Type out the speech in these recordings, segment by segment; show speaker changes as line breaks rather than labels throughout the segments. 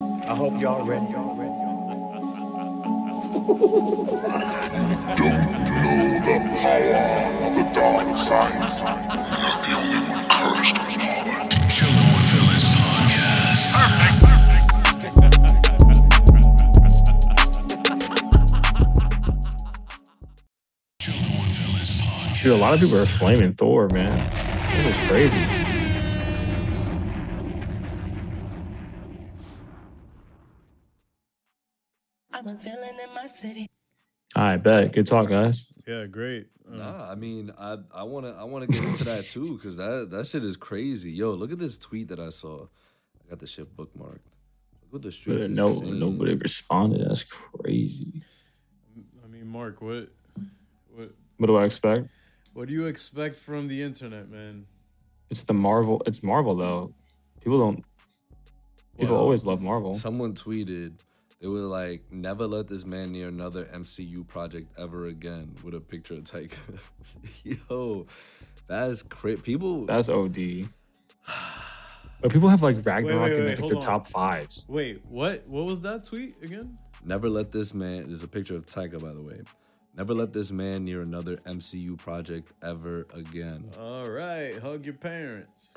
I hope y'all ready. Y'all ready.
Dude, a lot of people are flaming Thor, man. This is crazy.
I'm a villain in my city.
I bet. Good talk, guys.
Yeah, great.
Mm.
Um,
Nah, I mean, I I want to I want to get into that too because that that shit is crazy. Yo, look at this tweet that I saw. I got the shit bookmarked. Look what the streets.
But
is
no,
saying.
nobody responded. That's crazy.
I mean, Mark, what, what,
What do I expect?
what do you expect from the internet, man?
It's the Marvel. It's Marvel though. People don't. People
Well,
always love Marvel.
Someone tweeted. They were like, "Never let this man near another MCU project ever again." With a picture of Taika. Yo, that's crazy. People.
That's OD. But people have like Ragnarok
wait,
in
wait,
like,
hold
their
on.
top fives.
Wait, what? What was that tweet again?
Never let this man. There's a picture of Taika, by the way. Never let this man near another MCU project ever again.
All right, hug your parents.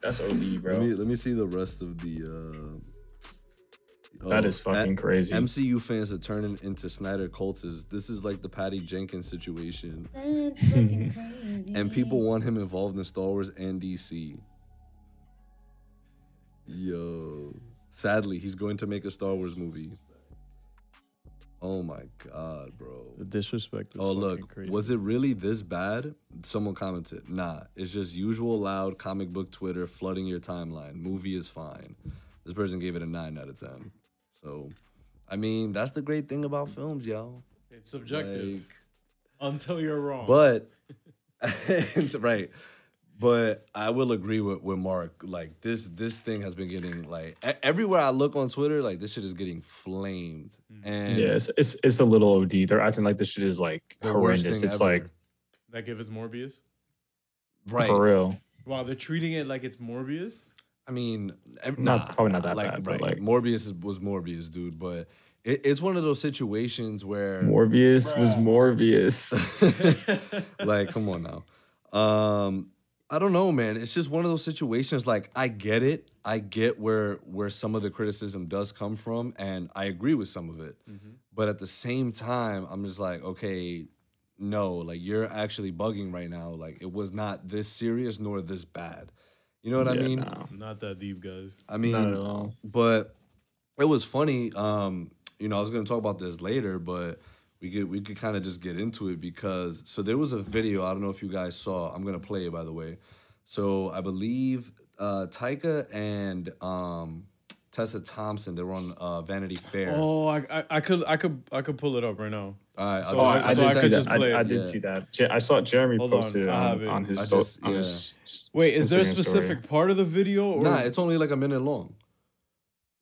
That's OD,
Let
bro.
me let me see the rest of the. Uh,
That
oh,
is fucking
at-
crazy.
MCU fans are turning into Snyder cultists. This is like the Patty Jenkins situation, and people want him involved in Star Wars and DC. Yo, sadly, he's going to make a Star Wars movie. Oh my god, bro!
The disrespect is
Oh
fucking
look,
crazy.
was it really this bad? Someone commented, "Nah, it's just usual loud comic book Twitter flooding your timeline. Movie is fine." This person gave it a nine out of ten. So, I mean, that's the great thing about films, y'all.
It's subjective
Like,
until you're wrong.
but it's right. But I will agree with, with Mark. Like this this thing has been getting like e- everywhere I look on Twitter, like this shit is getting flamed.
Mm.
And
Yeah, it's, it's it's a little OD. They're acting like this shit is like
the worst
horrendous.
thing
It's
ever.
like
that give us Morbius.
right.
for real.
Wow, they're treating it like it's Morbius.
I mean, ev-
Not-
nah,
probably not
nah,
that
like,
bad, but,
right.
like-
Morbius is, was Morbius, dude. But it, it's one of those situations where,
Morbius was
Bruh.
Morbius.
like, come on now. Um, I don't know, man. It's just one of those situations. Like, I get it. I get where where some of the criticism does come from, and I agree with some of it. But at the same time, I'm just like, okay, no, like you're actually bugging right now. Like, it was not this serious nor this bad. You know what I
Yeah,
mean?
nah.
Not that deep, guys.
I mean,
Not at all.
but it was funny. Um, you know, I was gonna talk about this later, but we could we could kind of just get into it because so there was a video. I don't know if you guys saw. I'm gonna play it by the way. So I believe uh, Tyka and um, Tessa Thompson they were on uh, Vanity Fair.
Oh, I, I, I could, I could, I could pull it up right now.
All right, I'll
Oh,
so
just-
I, I
I'll
did,
so I
see,
could
that.
just
I,
play
I
it.
did
Yeah.
see that. Je- I saw Jeremy
Hold on,
posted
I have
on,
it.
on his.
I
so-
just-
on his
yeah.
s-
Wait, is there a
Instagram story.
specific part of the video? Or,
Nah, it's only like a minute long.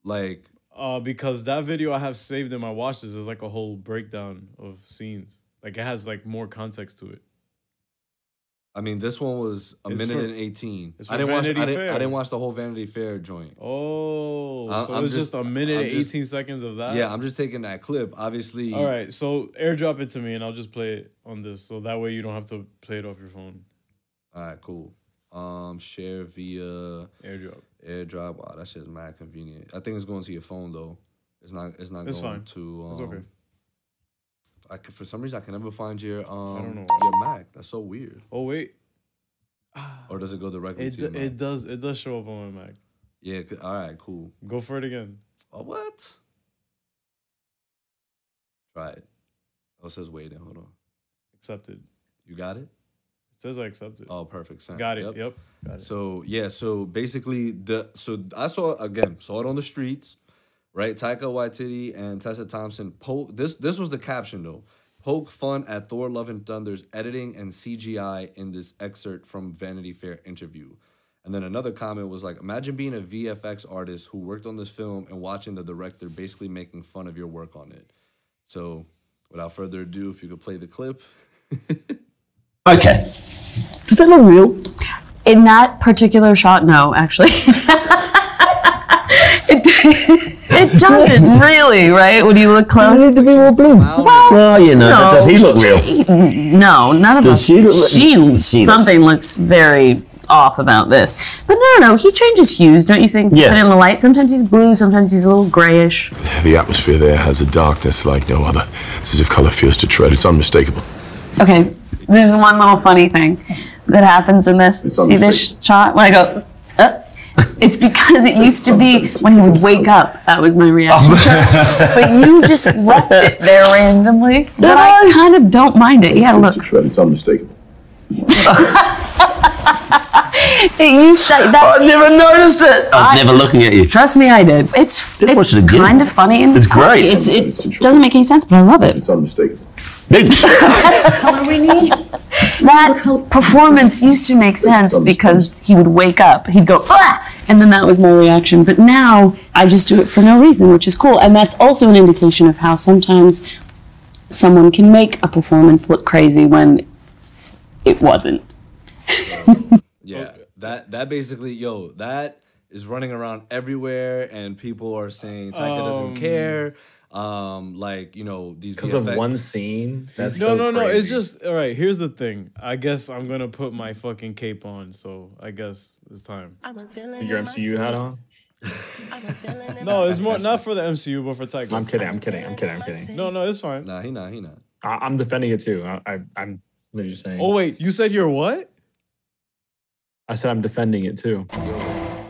Like
uh, because that video I have saved in my watches is like a whole breakdown of scenes. Like it has like more context to it.
I mean, this one was a
It's
minute
for-
and eighteen.
it's
I
for
didn't watch. I
Vanity
didn't, I
Fair.
didn't watch the whole Vanity Fair joint.
Oh,
I-
so
I'm
it was
just-
just, a minute
I'm
and
just-
18 seconds of that?
Yeah, I'm just taking that clip. Obviously,
All right, so airdrop it to me and I'll just play it on this. So that way you don't have to play it off your phone.
All right, cool. Um, share via
Airdrop.
AirDrop. Wow, that shit's mad convenient. I think it's going to your phone though. It's not. It's not
It's
going
fine.
to. Um,
It's okay.
I can, for some reason I can never find your um
know
your Mac. That's so weird.
Oh, wait. Ah,
Or does it go directly
It,
to your
do- it
Mac?
does it does show up on my Mac.
Yeah. c- All right. Cool.
Go for it again.
Oh what? Try it. Oh, it says waiting. Hold on.
Accepted.
You got it.
It says I accepted.
Oh, perfect. Sent.
Got it. Yep. Got it.
So yeah, so basically the so I saw again saw it on the streets, right? Taika Waititi and Tessa Thompson poke this this was the caption though. Poke fun at Thor Love and Thunder's editing and CGI in this excerpt from Vanity Fair interview. And then another comment was like, imagine being a VFX artist who worked on this film and watching the director basically making fun of your work on it. So without further ado, if you could play the clip.
Okay. Does that look real?
In that particular shot, no, actually.
it doesn't really, right? When you look
I
close.
need to be more blue. Well, you know, but does he look real?
she- No, none of
Does
us.
she look like-
she,
She looks-
something looks very off about this. But no, no, he changes hues, don't you think?
Yeah.
Put in the light. Sometimes he's blue. Sometimes he's a little grayish.
The atmosphere there has a darkness like no other. It's as if color fears to tread. It's unmistakable.
Okay, this is one little funny thing that happens in this. See this shot when I go. Uh, it's because it used to be when he would wake up. That was my reaction. but you just left it there randomly. But I kind of don't mind it. Yeah, look.
tread. It's unmistakable.
It used to, that,
I never noticed it. I was Oh, never looking at you.
trust me, I did. It's
Just watch
it's
it again.
kind of funny and
It's great.
quirky. It's, it doesn't make any sense, but I love it.
unmistakable.
Big.
That performance used to make sense because he would wake up, he'd go, ah! and then that was my reaction. But now I just do it for no reason, which is cool. And that's also an indication of how sometimes someone can make a performance look crazy when it wasn't.
Yeah, that that basically, yo, that is running around everywhere, and people are saying Taika doesn't care. Um, like you know these
because
VFX
of one scene. That's
No,
so
no, no. It's
crazy.
just all right. Here's the thing. I guess I'm gonna put my fucking cape on. So I guess it's time.
I'm a villain
your
in my
MCU
city.
hat on.
I'm a villain in
No,
my
it's more not for the MCU, but for Tiger.
I'm kidding. I'm kidding. I'm kidding. I'm kidding.
No, no, it's fine.
Nah, he not, he not.
I, I'm defending it too. I, I, I'm literally just saying.
Oh wait, you said you're what?
I said I'm defending it too.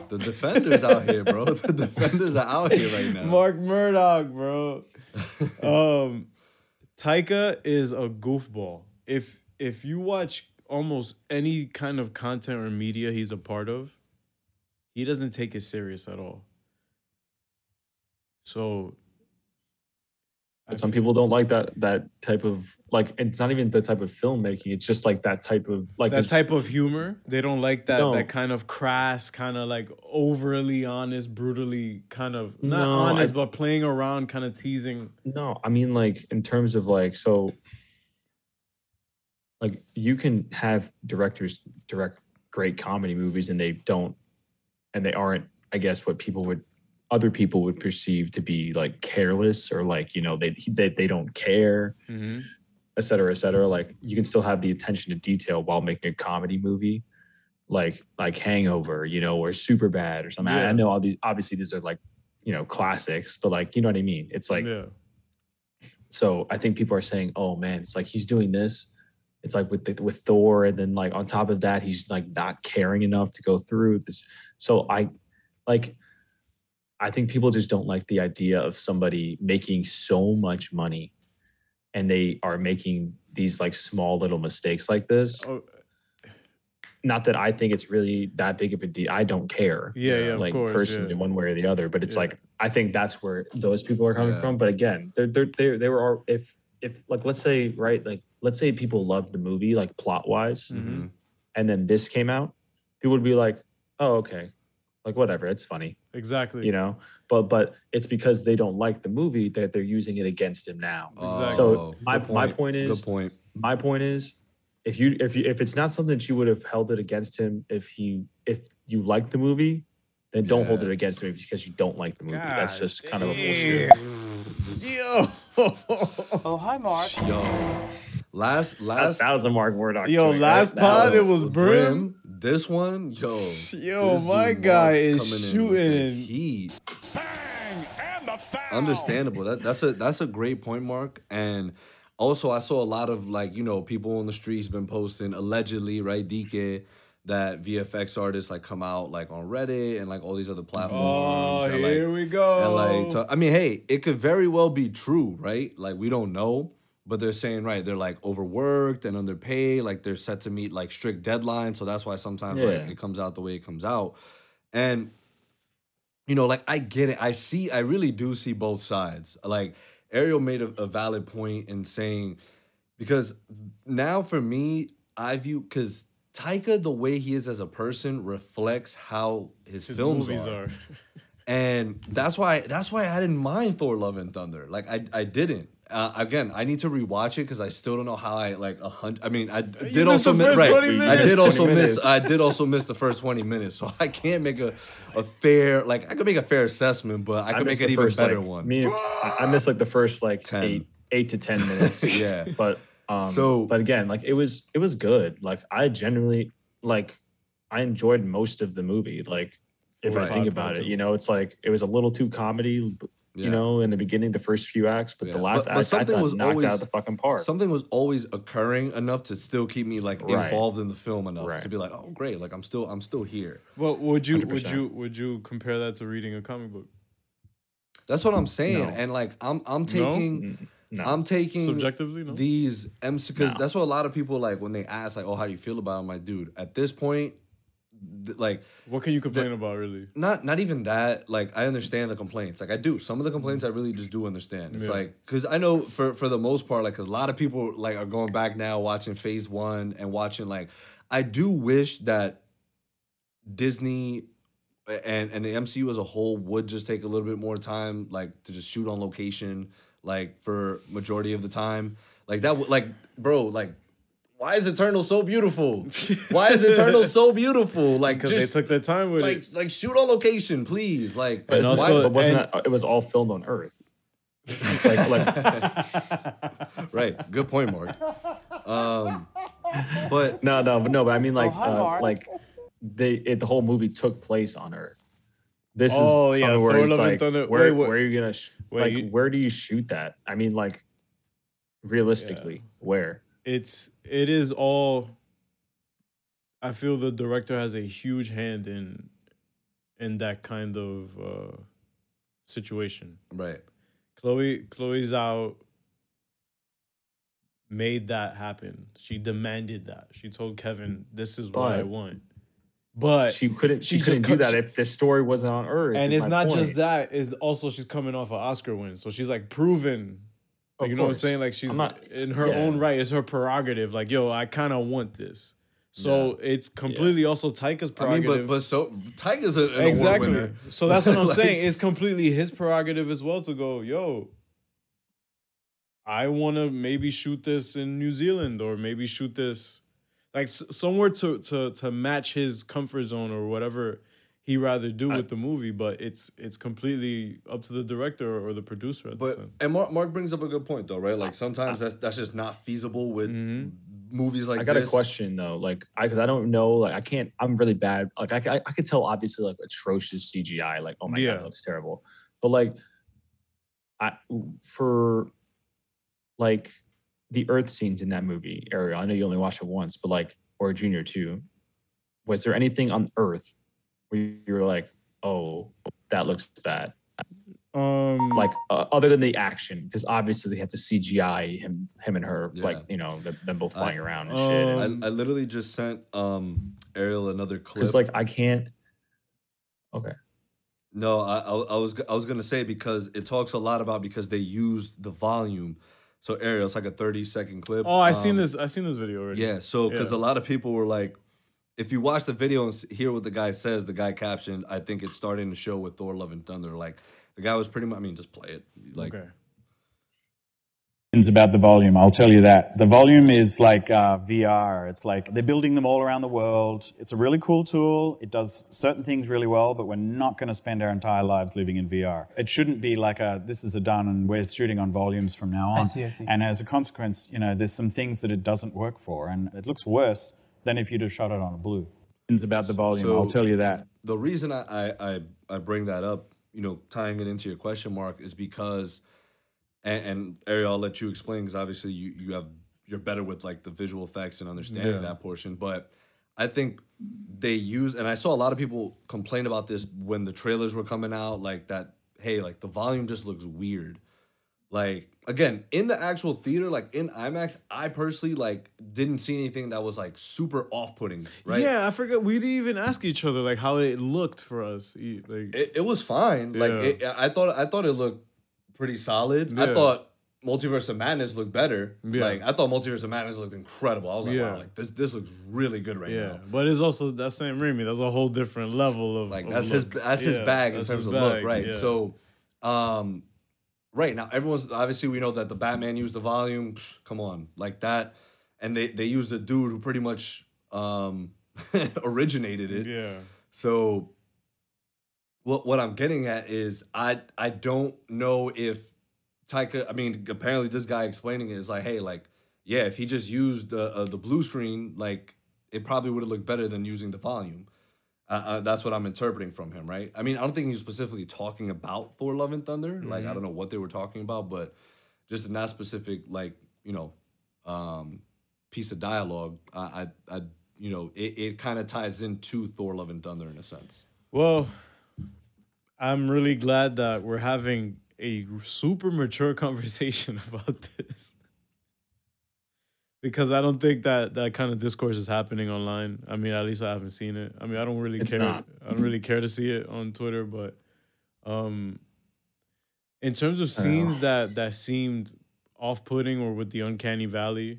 The defenders out here, bro. The defenders are out here right now.
Mark Murdoch, bro. um, Taika is a goofball. If if you watch almost any kind of content or media he's a part of, he doesn't take it serious at all. So I
Some
feel-
people don't like that that type of like. It's not even the type of filmmaking. It's just like that type of like.
that
it's-
type of humor they don't like that
No.
that kind of crass kind of like overly honest brutally kind of not
No,
honest
I-
but playing around kind of teasing
no, I mean like in terms of like so. Like you can have directors direct great comedy movies and they don't, and they aren't. I guess what people would, other people would perceive to be like careless or like you know they they, they don't care. et cetera, et cetera. Like you can still have the attention to detail while making a comedy movie, like like Hangover, you know, or Super Bad or something. I- I
Yeah.
know all these obviously these are like, you know, classics, but like you know what I mean? It's like
yeah
so I think people are saying, oh man, it's like he's doing this. It's like with the, with Thor, and then like on top of that, he's like not caring enough to go through this. So I like I think people just don't like the idea of somebody making so much money and they are making these like small little mistakes like this.
Oh.
Not that I think it's really that big of a deal. I don't care.
Yeah, yeah, of
like
course,
person
yeah.
in one way or the other. But it's
Yeah.
like I think that's where those people are coming
Yeah.
from. But again, they're they're they they were all, if if like let's say right like let's say people loved the movie like plot wise,
Mm. Mm-hmm.
Mhm.
and then this came out, people would be like, oh okay, like whatever, it's funny,
exactly
you know. But but it's because they don't like the movie that they're using it against him now.
Exactly.
So my-
Oh, good
my point is-
good point.
my point is if you if you if it's not something that you would have held it against him if he if you like the movie then don't hold
Yeah.
it against him because you don't like the movie that's
God
just kind of a bullshit
yo
Oh, hi, Mark.
Yo, last
That's
last
that was a Mark Murdoch
Yo,
joint.
last
That- that
pod, it was Brim.
This one,
Yo,
yo, this dude
my guy
Mark's
is
coming in with the
shooting.
Heat. Understandable. That that's a that's a great point, Mark. And also, I saw a lot of like you know people on the streets been posting allegedly, right, DK. That VFX artists like come out like on Reddit and like all these other platforms.
oh
and, like,
here we go
and like, to- I mean, hey, it could very well be true, right? Like, we don't know, but they're saying, right, they're like overworked and underpaid. Like, they're set to meet like strict deadlines. So that's why sometimes like,
Yeah.
it comes out the way it comes out. And, you know, like, I get it. I see, I really do see both sides. Like, Ariel made a, a valid point in saying, because now for me, I view, because Taika, the way he is as a person, reflects how his,
His
films
movies are
and that's why that's why I didn't mind Thor: Love and Thunder. Like I I didn't. Uh, again, I need to rewatch it because I still don't know how I like a hundred. I mean, I d-
You
did
missed
also
the
miss.
first
Right,
20
I
minutes.
did also
20
miss.
minutes.
I did also miss the first twenty minutes, so I can't make a, a fair like I could make a fair assessment, but I could
missed
make an
the
even
first,
better
like,
one.
Me, I, I missed like the first like
10.
eight, eight to ten minutes.
Yeah.
but um,
So-
so but again, like it was it was good. Like I genuinely like I enjoyed most of the movie. Like if
Right.
I think about it, you know, it's like it was a little too comedy, b-
Yeah.
you know, in the beginning, the first few acts, but
Yeah.
the last
But- but
act I
something
thought
was
knocked
always-
out of the fucking park.
Something was always occurring enough to still keep me like
Right.
involved in the film enough
Right.
to be like, oh great, like I'm still I'm still here.
Well, would you would
100%.
you would you compare that to reading a comic book?
That's what I'm saying,
No.
and like I'm I'm
Mm,
taking
no.
I'm taking
Subjectively, no.
these MC because
No.
that's what a lot of people like when they ask like, oh, how do you feel about it? I'm like, dude, at this point, th- like
what can you complain about really?
not not even that like i understand the complaints like i do some of the complaints i really just do understand it's
Yeah.
like because i know for for the most part like because a lot of people like are going back now watching phase one and watching like i do wish that disney and and the mcu as a whole would just take a little bit more time like to just shoot on location like for majority of the time like that would like bro like why is eternal so beautiful why is eternal so beautiful like
Because
just
they took their time with
like
it.
like shoot on location, please. Like
but,
And
it's-
also-
but wasn't
and-
that, it was all filmed on Earth? like, like
right, good point, Mark. Um, but
no, no, but no, but I mean like
Oh, hi,
uh,
Mark.
like they it, the whole movie took place on Earth. This
Oh,
is
yeah,
something where
Thor,
it's
Love and
like,
Thunder.
where,
Wait, what-
where are you gonna sh-
Wait,
like
you-
where do you shoot that? I mean, like realistically, where?
It's it is all. I feel the director has a huge hand in, in that kind of uh, situation.
right,
Chloe Chloe Zhao made that happen. She demanded that. She told Kevin, "This is what I
But-
want." But
She couldn't. She,
she
couldn't
just
do
cut-
that if the story wasn't on Earth.
and
is
it's
my
not just
point.
that. Is also she's coming off an Oscar win, so she's like proven. Like,
Of
you know what I'm
course.
saying? Like she's
I'm not-
in her
yeah.
own right. It's her prerogative. Like yo, I kind of want this. So it's completely also Taika's
I mean,
prerogative.
but but so Tiger's a, an exactly. award
exactly.
winner.
So that's what I'm
Like-
saying. It's completely his prerogative as well to go, yo, I want to maybe shoot this in New Zealand or maybe shoot this like s- somewhere to to to match his comfort zone or whatever he rather do with the movie. But it's it's completely up to the director or the producer at this
But
end.
and Mark, Mark brings up a good point though, right? Like sometimes that's that's just not feasible with
Mm-hmm.
movies like
I got
this.
a question though, like I because I don't know, like I can't. I'm really bad. Like I, ca- I, I could tell obviously like atrocious CGI. Like oh my
Yeah.
god, that looks terrible. But like, I for like the Earth scenes in that movie, Ariel. I know you only watched it once, but like or Junior too. Was there anything on Earth where you were like, oh, that looks bad?
Um,
Like uh, other than the action, because obviously they have to CGI him, him and her,
Yeah.
like you know them, them both flying around and
um,
shit. and-
I, I literally just sent um Ariel another clip.
because like I can't. Okay,
No, I, I, I was I was gonna say because it talks a lot about because they used the volume. So Ariel, it's like a thirty second clip.
oh, I
Um,
seen this. I seen this video already.
Yeah, so because
Yeah.
a lot of people were like, if you watch the video and s- hear what the guy says, the guy captioned, I think it's starting to show with Thor: Love and Thunder. Like the guy was pretty much. I mean, just play it. Like
okay.
It's about the volume. I'll tell you that. The volume is like uh, VR. It's like they're building them all around the world. It's a really cool tool. It does certain things really well, but we're not going to spend our entire lives living in VR. It shouldn't be like a this is a done and we're shooting on volumes from now on.
see, I see.
And as a consequence, you know, there's some things that it doesn't work for, and it looks worse than if you'd have shot it on a blue. It's about the volume.
So-
I'll tell you that.
the reason I, I I I bring that up, you know, tying it into your question, Mark, is because, and, and Ariel, I'll let you explain because obviously you you have you're better with like the visual effects and understanding that portion, but. I think they use, and I saw a lot of people complain about this when the trailers were coming out, like that. Hey, like the volume just looks weird. Like again, in the actual theater, like in IMAX, I personally like didn't see anything that was like super off-putting. Right?
Yeah, I forgot. We didn't even ask each other like how it looked for us. E- Like,
it, it was fine. Like
Yeah.
it, I thought, I thought it looked pretty solid. I
Yeah.
thought Multiverse of Madness looked better.
Yeah.
Like I thought Multiverse of Madness looked incredible. I was like,
Yeah.
wow, like this this looks really good right
Yeah,
now.
but it's also that same Raimi. That's a whole different level of
Like
of
that's his
look.
that's his
Yeah,
bag in
that's
terms
his
of
bag,
look, right?
yeah.
So, um, right now everyone's obviously we know that the Batman used the volume. psh, come on, like that, and they they used the dude who pretty much um originated it.
Yeah.
So what what I'm getting at is I I don't know if Taika I mean apparently this guy explaining it is like hey like yeah if he just used the uh, the blue screen like it probably would have looked better than using the volume. Uh, uh, that's what I'm interpreting from him, right? I mean, I don't think he's specifically talking about Thor: Love and Thunder. Like, I don't know what they were talking about, but just in that specific, like, you know, um, piece of dialogue, I, I, I you know, it, it kind of ties into Thor: Love and Thunder in a sense.
Well, I'm really glad that we're having a super mature conversation about this. Because I don't think that that kind of discourse is happening online. I mean, at least I haven't seen it. I mean, I don't really
It's
care.
not.
I don't really care to see it on Twitter, but um in terms of
don't know.
scenes that that seemed off-putting or with the uncanny valley,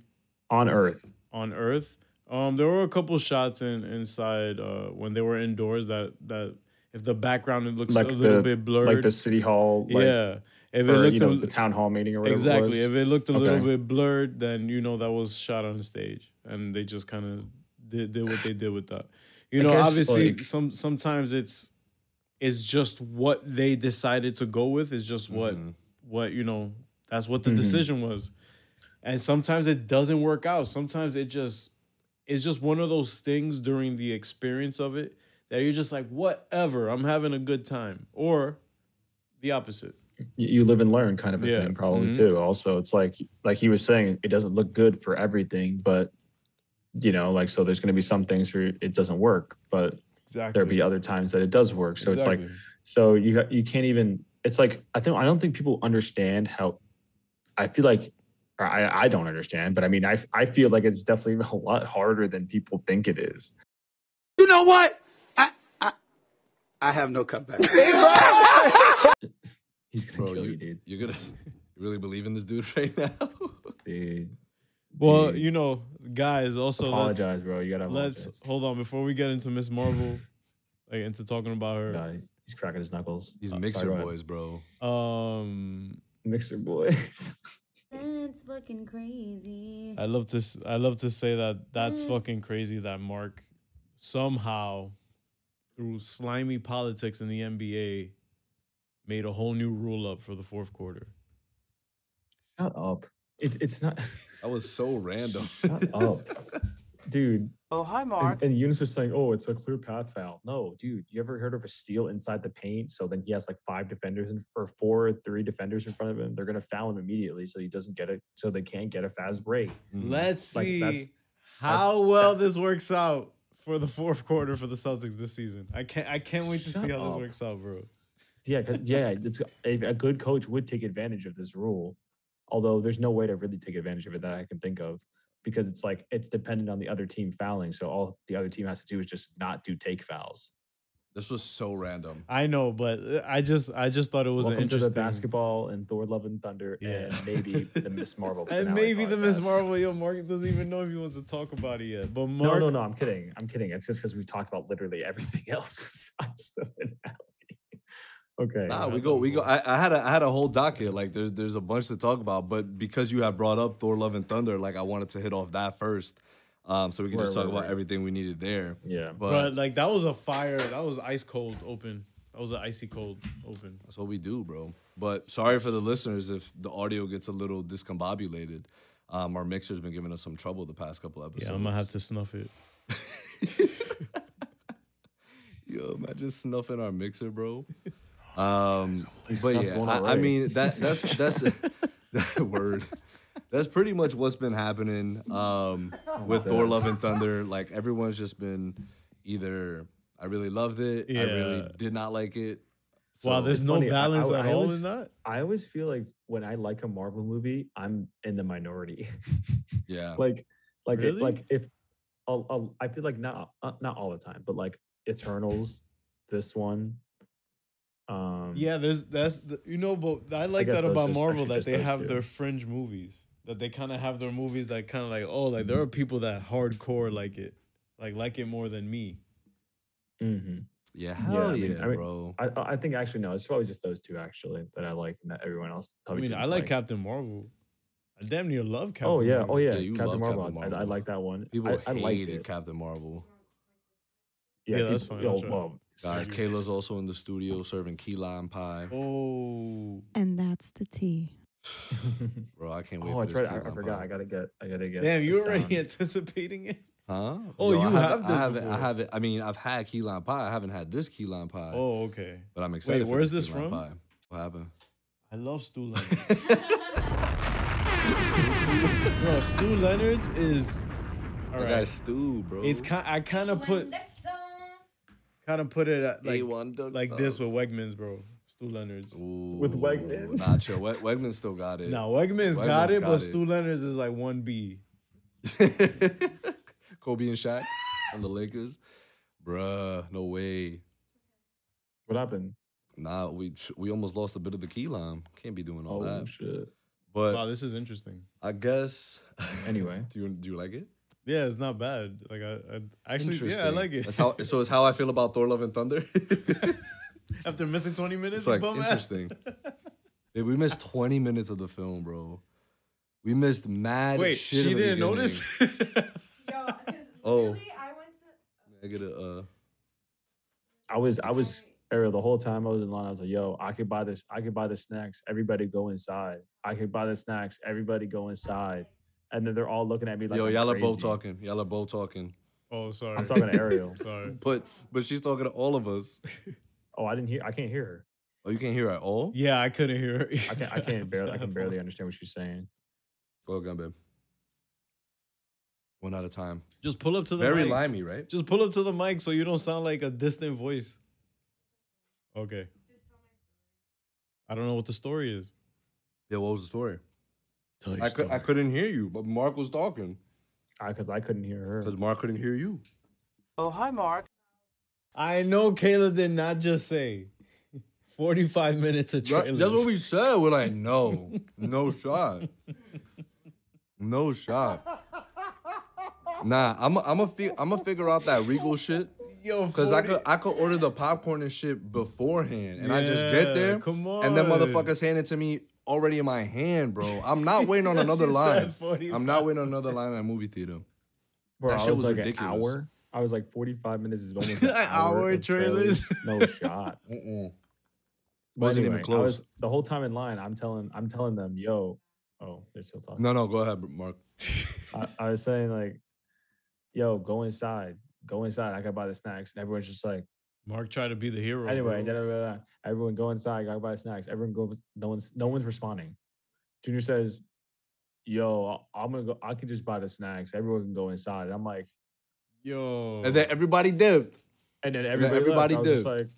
on Earth.
on Earth. Um, there were a couple shots in inside uh, when they were indoors that that if the background it looks
Like
a little
the-
bit blurred,
like the city hall, like,
yeah, if it
or,
looked
you know,
a-
the town hall meeting or whatever. it
exactly
was.
if it looked a little
Okay.
bit blurred, then you know that was shot on stage, and they just kind of did, did what they did with that. You
I
know,
guess,
obviously,
like-
some sometimes it's it's just what they decided to go with. It's just what
Mm-hmm.
what you know. That's what the
Mhm.
decision was, and sometimes it doesn't work out. Sometimes it just it's just one of those things during the experience of it that you're just like whatever. I'm having a good time, or the opposite.
you you live and learn kind of a
Yeah.
thing probably
Mhm.
too also it's like like he was saying it doesn't look good for everything but you know like so there's going to be some things where it doesn't work but
Exactly.
there'll be other times that it does work so it's like so you ha- you can't even it's like i think i don't think people understand how i feel like or i i don't understand but i mean i f- i feel like it's definitely a lot harder than people think it is
You know what? I I, I have no comeback.
he's gonna
Bro,
kill you,
you,
dude
you're gonna you really believe in this dude right now?
dude
Well,
Dude.
you know, guys, also let's,
apologize bro you gotta
let's
apologize.
hold on before we get into Miss Marvel, like into talking about her.
God, he's cracking his knuckles
These
Uh,
mixer
sorry, go ahead.
boys, bro.
Um,
mixer boys
That's fucking crazy.
I love to s- I love to say that that's
Mm.
fucking crazy that Mark somehow through slimy politics in the NBA made a whole new rule up for the fourth quarter.
Shut up. It, it's not.
That was so random.
Shut up, dude.
Oh, hi,
And,
Mark.
and Eunice was saying, "Oh, it's a clear path foul." No, dude. You ever heard of a steal inside the paint? So then he has like five defenders in, or four, three defenders in front of him. They're gonna foul him immediately, so he doesn't get it. So they can't get a fast break.
Let's
Mm. Like,
see
that's-
how well this works out for the fourth quarter for the Celtics this season. I can't I can't wait to
Shut
see how this
up.
works out, bro.
Yeah, 'cause- yeah. It's, a, a good coach would take advantage of this rule, although there's no way to really take advantage of it that I can think of, because it's like it's dependent on the other team fouling. So all the other team has to do is just not do take fouls.
This was so random.
I know, but uh, I just I just thought it was an
Welcome to the
interesting
basketball and Thor: Love and Thunder,
Yeah.
and maybe the Miss Marvel.
and
finale
maybe the Miss
podcast.
Marvel, yo, Mark doesn't even know if he wants to talk about it yet. But
No,
Mark,
no, no. I'm kidding. I'm kidding. It's just because we've talked about literally everything else besides the finale. okay.
Nah, we go, we go. I, I had a, I had a whole docket. Like, there's, there's a bunch to talk about. But because you have brought up Thor: Love and Thunder, like I wanted to hit off that first, um, so we can
Right,
just talk
right,
about
right.
everything we needed there.
Yeah.
But,
but like that was a fire. That was ice cold open. That was an icy cold open.
that's what we do, bro. But sorry for the listeners if the audio gets a little discombobulated. Um, our mixer's been giving us some trouble the past couple episodes.
Yeah, I'm gonna have to snuff it.
Yo, imagine snuffing our mixer, bro. Um, but
snuffed
yeah,
one
I, I
already.
mean that that's that's that word. That's pretty much what's been happening um, with Thor: Love and Thunder. Like everyone's just been either I really loved it, I
Yeah.
really did not like it.
wow,
So-
there's no
funny, I-
balance
I-
at
I
all
always-
in that.
I always feel like when I like a Marvel movie, I'm in the minority.
yeah,
like like it,
Really?
like if I'll, I'll, i feel like not uh, not all the time but like eternals this one um
Yeah, there's that's the- you know, but I like
guess
that
those
about
just-
Marvel
actually
that
just
they
those
have
two.
their fringe movies. That they kind of have their movies that kind of like oh like
Mm-hmm.
there are people that hardcore like it, like like it more than me.
mhm.
Yeah, hell yeah,
I mean- I mean,
bro.
I, I think actually no, it's probably just those two actually that I liked, and that everyone else.
I
Probably
mean,
didn't
I like Captain Marvel. I damn near love Captain.
oh yeah,
Marvel.
oh yeah,
you
Captain,
love
Marvel.
Captain
I, I
Marvel.
like that one.
People
I, I liked
hated
it.
Captain Marvel.
Yeah,
Yeah, that's
people-
fine, that's
yo,
right.
well,
Guys,
Jesus.
Kayla's also in the studio serving key lime pie.
Oh,
And that's the tea.
Bro, I can't wait
oh,
for
I
this
tried.
key
I, I
lime
forgot.
pie.
I gotta get. I gotta get.
damn!
the
You
sound.
already anticipating it?
Huh?
Oh,
Yo,
you
I
have
haven't, I
this
haven't, I
before.
haven't. I mean, I've had key lime pie. I haven't had this key lime pie.
Oh, okay.
But I'm excited.
Wait,
for
where's
this,
this
key lime
from?
pie. What happened?
I love Stu Leonard. bro, Stu Leonard's is all
That
right.
guy's stew, bro.
It's kind. I kind of put kind of put it at, like
A1 duck
like this
sauce.
with Wegmans, bro. Stu Leonard's.
with Wegmans.
Nah, chill. We- Wegman still got it.
Now Wegmans, got it, but Stu Leonard's is like one B.
Kobe and Shaq on the Lakers. Bruh, no way.
What happened?
Nah, we we almost lost a bit of the key lime. Can't be doing all
Oh
that.
shit.
But
Wow, this is interesting.
I guess.
Anyway,
do you do you like it?
Yeah, it's not bad. Like I, I actually, yeah, I
Interesting.
like it.
That's how. So it's how I feel about Thor: Love and Thunder.
After missing twenty minutes,
it's like
bum ass.
interesting. Dude, we missed 20 minutes of the film, bro. We missed mad
Wait,
shit.
she
in the
didn't
beginning.
notice.
Oh. I get a uh,
I was. I was. Era, the whole time I was in line, I was like, "Yo, I could buy this. I could buy the snacks. Everybody go inside. I could buy the snacks. Everybody go inside." And then they're all looking at me like,
yo,
I'm
y'all are
crazy.
both talking. Y'all are both talking.
oh, sorry.
I'm talking to Ariel.
Sorry.
But but she's talking to all of us.
Oh, I didn't hear. I can't hear her.
Oh, you can't hear at all?
Yeah, I couldn't hear. Her.
I can. I can't barely. I can barely understand what she's saying.
Go again, babe. One at a time.
Just pull up to the
Very
mic.
limey, right?
Just pull up to the mic so you don't sound like a distant voice. Okay. I don't know what the story is.
Yeah, what was the story?
Tell your
I, cou- I couldn't hear you, but Mark was talking
Because I couldn't hear her.
because Mark couldn't hear you.
Oh, hi, Mark.
I know Kayla did not just say 45 minutes of
That-
trailers.
that's what we said. We're like, no, no shot, no shot. Nah, I'm a, I'm a fi- I'm gonna figure out that Regal shit
Yo,
because I could I could order the popcorn and shit beforehand, and I just get
Yeah,
there,
come
and then
on.
motherfuckers hand it to me already in my hand, bro. I'm not waiting on another
She said
line.
45.
I'm not waiting on another line at a movie theater.
Bro,
that
I
shit
was,
was
like
ridiculous.
an hour. I was like 45 minutes is almost an
An
hour,
hour
of trailers. No shot.
Mm-mm.
But
Wasn't
anyway,
even
I
close.
was the whole time in line. I'm telling. I'm telling them, yo. Oh, they're still talking.
No, no, go ahead, Mark.
I, I was saying like, yo, go inside. Go inside. I got buy the snacks, and everyone's just like,
Mark tried to be the hero.
anyway. Da,
bro.
da, da, da. Everyone go inside. Got buy the snacks. Everyone goes. No one's. No one's responding. Junior says, yo, I'm gonna go. I can just buy the snacks. Everyone can go inside. And I'm like,
yo.
And then everybody dipped.
and then
Yeah,
everybody.
everybody
left. I was just
did.
like,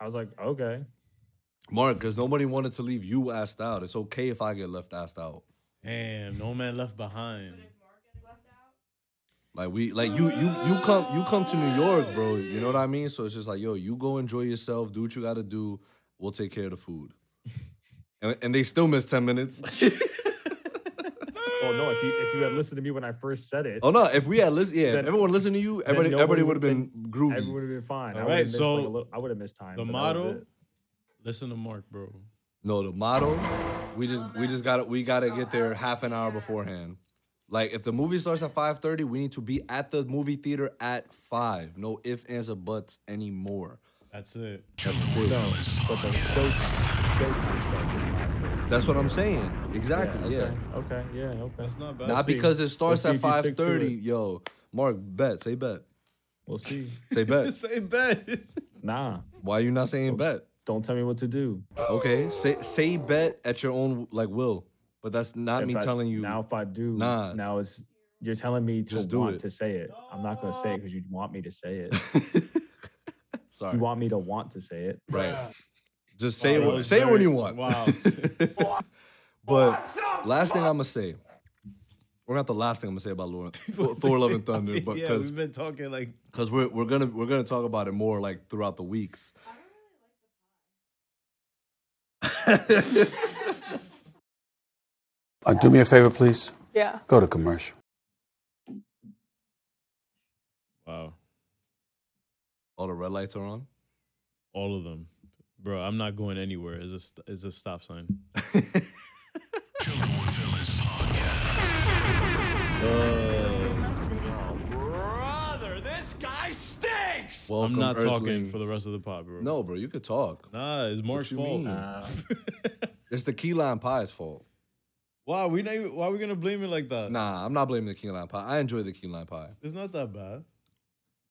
I was like, okay.
Mark, because nobody wanted to leave you asked out. It's okay if I get left asked out.
Damn, no man left behind.
Like we like you you you come you come to New York, bro. You know what I mean? So it's just like, yo, you go enjoy yourself, do what you gotta do. We'll take care of the food. And, and they still miss 10 minutes.
Well, no, if you if you had listened to me when I first said it,
oh no, if we had listened, yeah, if
Then-
everyone listened to you, everybody
nobody
everybody would have
would've
been, groovy.
everyone would have been fine. I
All
would
right,
have missed, like,
so
a little- I would have missed time.
The
but that was
motto
it.
listen to Mark, bro.
No, the model, we just we just gotta we gotta get there half an hour beforehand. Like if the movie starts at 5:30, we need to be at the movie theater at five. No ifs, ands, or buts anymore.
That's it.
That's it.
No, but the show, showtime starts.
That's what I'm saying. Exactly. Yeah.
at five. Okay. Yeah. Okay.
That's not bad.
Not
see.
because it starts
Let's
at
see if you stick to
5:30, yo. Mark, bet. Say bet.
We'll see.
Say bet.
Say bet.
Nah.
Why are you not saying bet?
Don't tell me what to do.
Okay. Say say bet at your own like will. But that's not
If
me
I-
telling you.
Now, if I do,
Nah.
now it's you're telling me to
Just do
want
it.
to say it. I'm not gonna say it because you want me to say it.
Sorry.
you want me to want to say it.
Right. Just
Wow,
say
that
it. when-
was
Say it when
very-
you want.
Wow.
But last thing I'm gonna say, or not the last thing I'm gonna say about Lauren, Thor: Love and Thunder, but
yeah,
because
we've been talking like
because we're we're gonna we're gonna talk about it more like throughout the weeks.
Uh, do me a favor, please.
Yeah.
Go to commercial.
wow.
All the red lights are on.
All of them, bro. I'm not going anywhere. Is a st- is a stop sign.
Brother, this guy stinks!
I'm not talking for the rest of the pod, bro.
No, bro, you could talk.
Nah, it's Mark's fault.
it's the key lime pie's fault.
Why we not even, why are we gonna blame it like that?
Nah, I'm not blaming the key lime pie. I enjoy the key lime pie.
It's not that bad.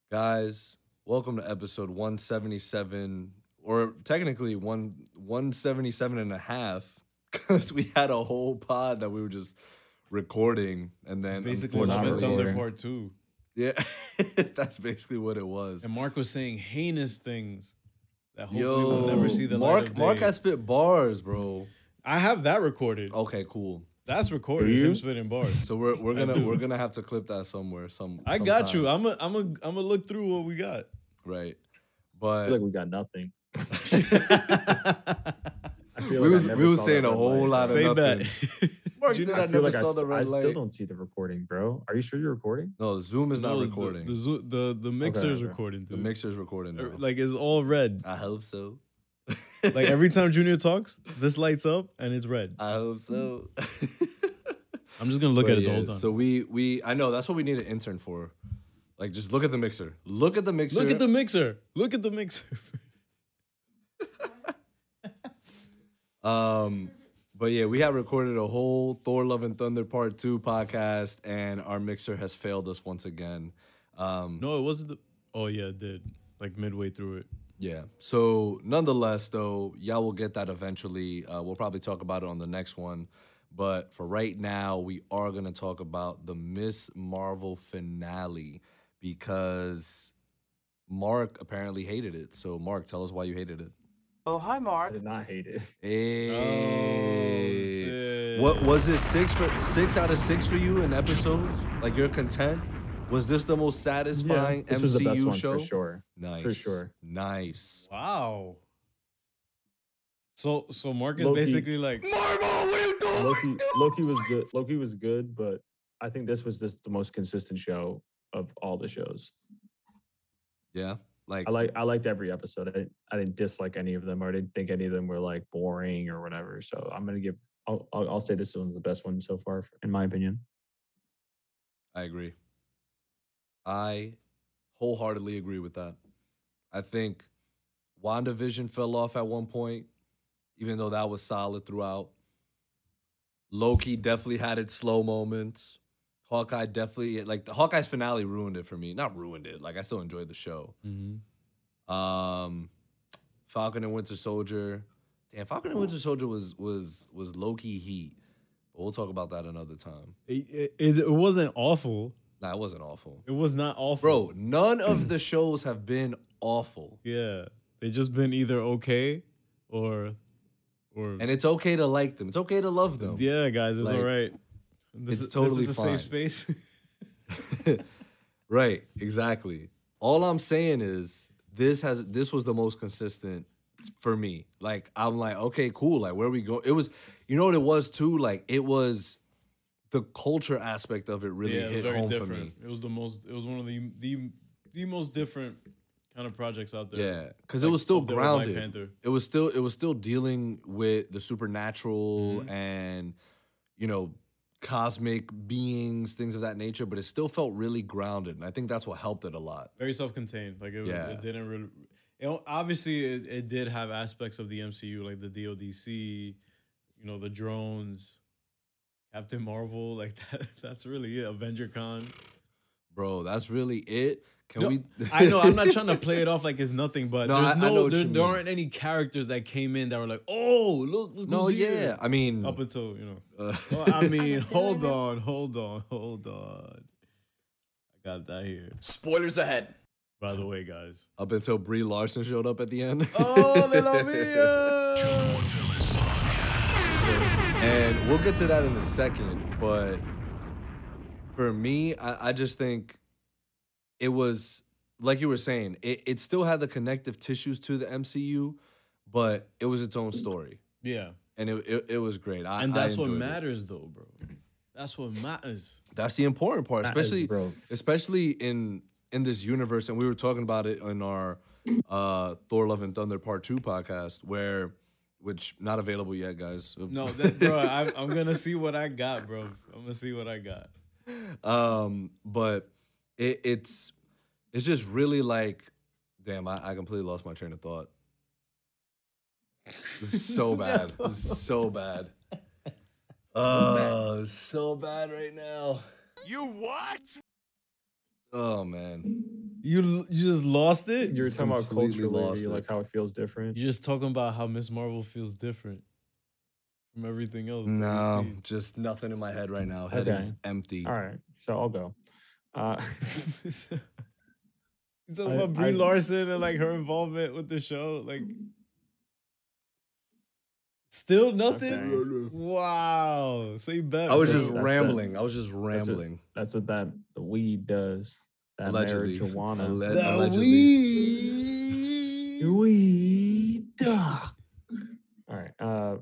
Guys, welcome to episode 177 or technically one 177 and a half cuz we had a whole pod that we were just recording and then
Basically, Love and
unfortunately-
Thunder Part Two.
Yeah, that's basically what it was.
And Mark was saying heinous things that hopefully
Yo,
will never see the
Mark
light of
Mark
day.
has Oh. spit bars, bro.
I have that recorded.
Okay, cool.
That's recorded.
Do you?
Him spitting bars.
So we're we're
I
gonna
do.
we're gonna have to clip that somewhere. Some
I got
sometime.
you. I'm a I'm a I'm gonna look through what we got.
right, but
feel like we got nothing. I feel like I
We was-
never
we was
saw
saying
that
a
red
whole
light.
lot of Say nothing. that. Mark
Dude,
said,
I
"I
feel
never
like I
saw
s-
the red
I still
light."
don't see the recording, bro. Are you sure you're recording?
No, Zoom is not
No, the-
recording.
The Zo- the, the mixer's
okay.
recording.
The
Dude.
mixer's recording.
Er,
now.
Like it's all red.
Mm. I hope so.
like every time Junior talks, this lights up and it's red.
I hope so.
I'm just gonna look
But
at it the
yeah,
whole time.
So we we I know that's what we need an intern for. Like just look at the mixer. Look at the mixer.
Look at the mixer. Look at the mixer.
Um, but yeah, we have recorded a whole Thor Love and Thunder Part Two podcast, and our mixer has failed us once again. Um,
no, it wasn't. The, oh yeah, it did. Like midway through it.
Yeah. So nonetheless, though, y'all will get that eventually. Uh, we'll probably talk about it on the next one. But for right now, we are gonna talk about the Miss Marvel finale because Mark apparently hated it. So Mark, tell us why you hated it.
Oh, hi, Mark. I
did not hate it.
Oh,
Hey. What was it six for six out of six for you in episodes? Like you're content? Was this the most satisfying
this
MCU
was the best one
show?
for sure.
Nice.
For sure.
Nice.
Wow. So so Mark is
Loki.
basically like
Loki, Loki was good. Loki was good, but I think this was just the most consistent show of all the shows.
Yeah. Like
I like I liked every episode. I didn't, I didn't dislike any of them, or I didn't think any of them were like boring or whatever. So I'm gonna give. I'll, I'll, I'll say this one's the best one so far, in my opinion.
I agree. I wholeheartedly agree with that. I think WandaVision fell off at one point, even though that was solid throughout. Loki definitely had its slow moments. Hawkeye definitely like the Hawkeye's finale ruined it for me. Not ruined it. Like I still enjoyed the show. Um, Falcon and Winter Soldier. Damn, Falcon and Winter Soldier was was was low key heat. But we'll talk about that another time.
it, it, it wasn't awful.
Nah, it wasn't awful.
It was not awful.
Bro, none of the shows have been awful.
Yeah. They just been either okay or or
And it's okay to like them. It's okay to love them.
Yeah, guys, it's
Like,
all right. This
it's
is
totally
this is a
fine.
safe space.
Right, exactly. All I'm saying is this has this was the most consistent for me. Like I'm like, okay, cool. Like where we go? It was, you know what it was too. Like it was the culture aspect of it really
yeah, it was
hit
very
home for me.
different. It was the most it was one of the the the most different kind of projects out there.
Yeah, because it
Like,
was still
up there with Black
grounded.
Panther.
It was still it was still dealing with the supernatural
Mm-hmm.
and you know cosmic beings, things of that nature. But it still felt really grounded, and I think that's what helped it a lot.
Very self-contained. Like it, was-
Yeah.
it didn't really it, obviously it, it did have aspects of the MCU like the DODC, you know, the drones, Captain Marvel, like that that's really it. Avenger Con.
Bro, that's really it. Can
No,
we?
I know I'm not trying to play it off like it's nothing, but
No, I- I
there's
know
no
what
there,
you
there
mean.
aren't any characters that came in that were like, oh look, look
No,
who's here."
yeah. I mean,
up until you know.
uh,
Well, I mean, hold on, hold on, hold on. I got that here.
Spoilers ahead.
By the way, guys.
up until Brie Larson showed up at the end.
Oh,
de la mía.
and we'll get to that in a second. But for me, I, I just think it was like you were saying. It, it still had the connective tissues to the MCU, but it was its own story,
Yeah,
and it it, it was great. I,
and
I
that's what
enjoyed it.
matters, though, bro. That's what matters.
That's the important part,
That is,
especially
bro.
especially in in this universe. And we were talking about it in our uh, Thor Love and Thunder Part Two podcast, where which not available yet, guys.
No, that, bro, I, I'm gonna see what I got, bro. I'm gonna see what I got.
um, but it, it's it's just really like, damn, I, I completely lost my train of thought. This is so bad. This is so bad. Oh, it's so bad right now.
You what?
Oh man.
You you just lost it.
You were talking about culture, like how it feels different.
You're just talking about how Miss Marvel feels different from everything else. that we
No,
see.
just nothing in my head right now. Head is empty.
All right, so I'll go. Uh,
You talking
I-
about Brie
I-
Larson and like her involvement with the show, like still nothing.
Okay.
Wow, so you bet.
I was
bro.
just
That's
rambling.
the-
I was just rambling.
That's what that the weed does. That
Allegedly.
marijuana.
Alle-
The
allegedly.
weed.
Weed. All right. Uh,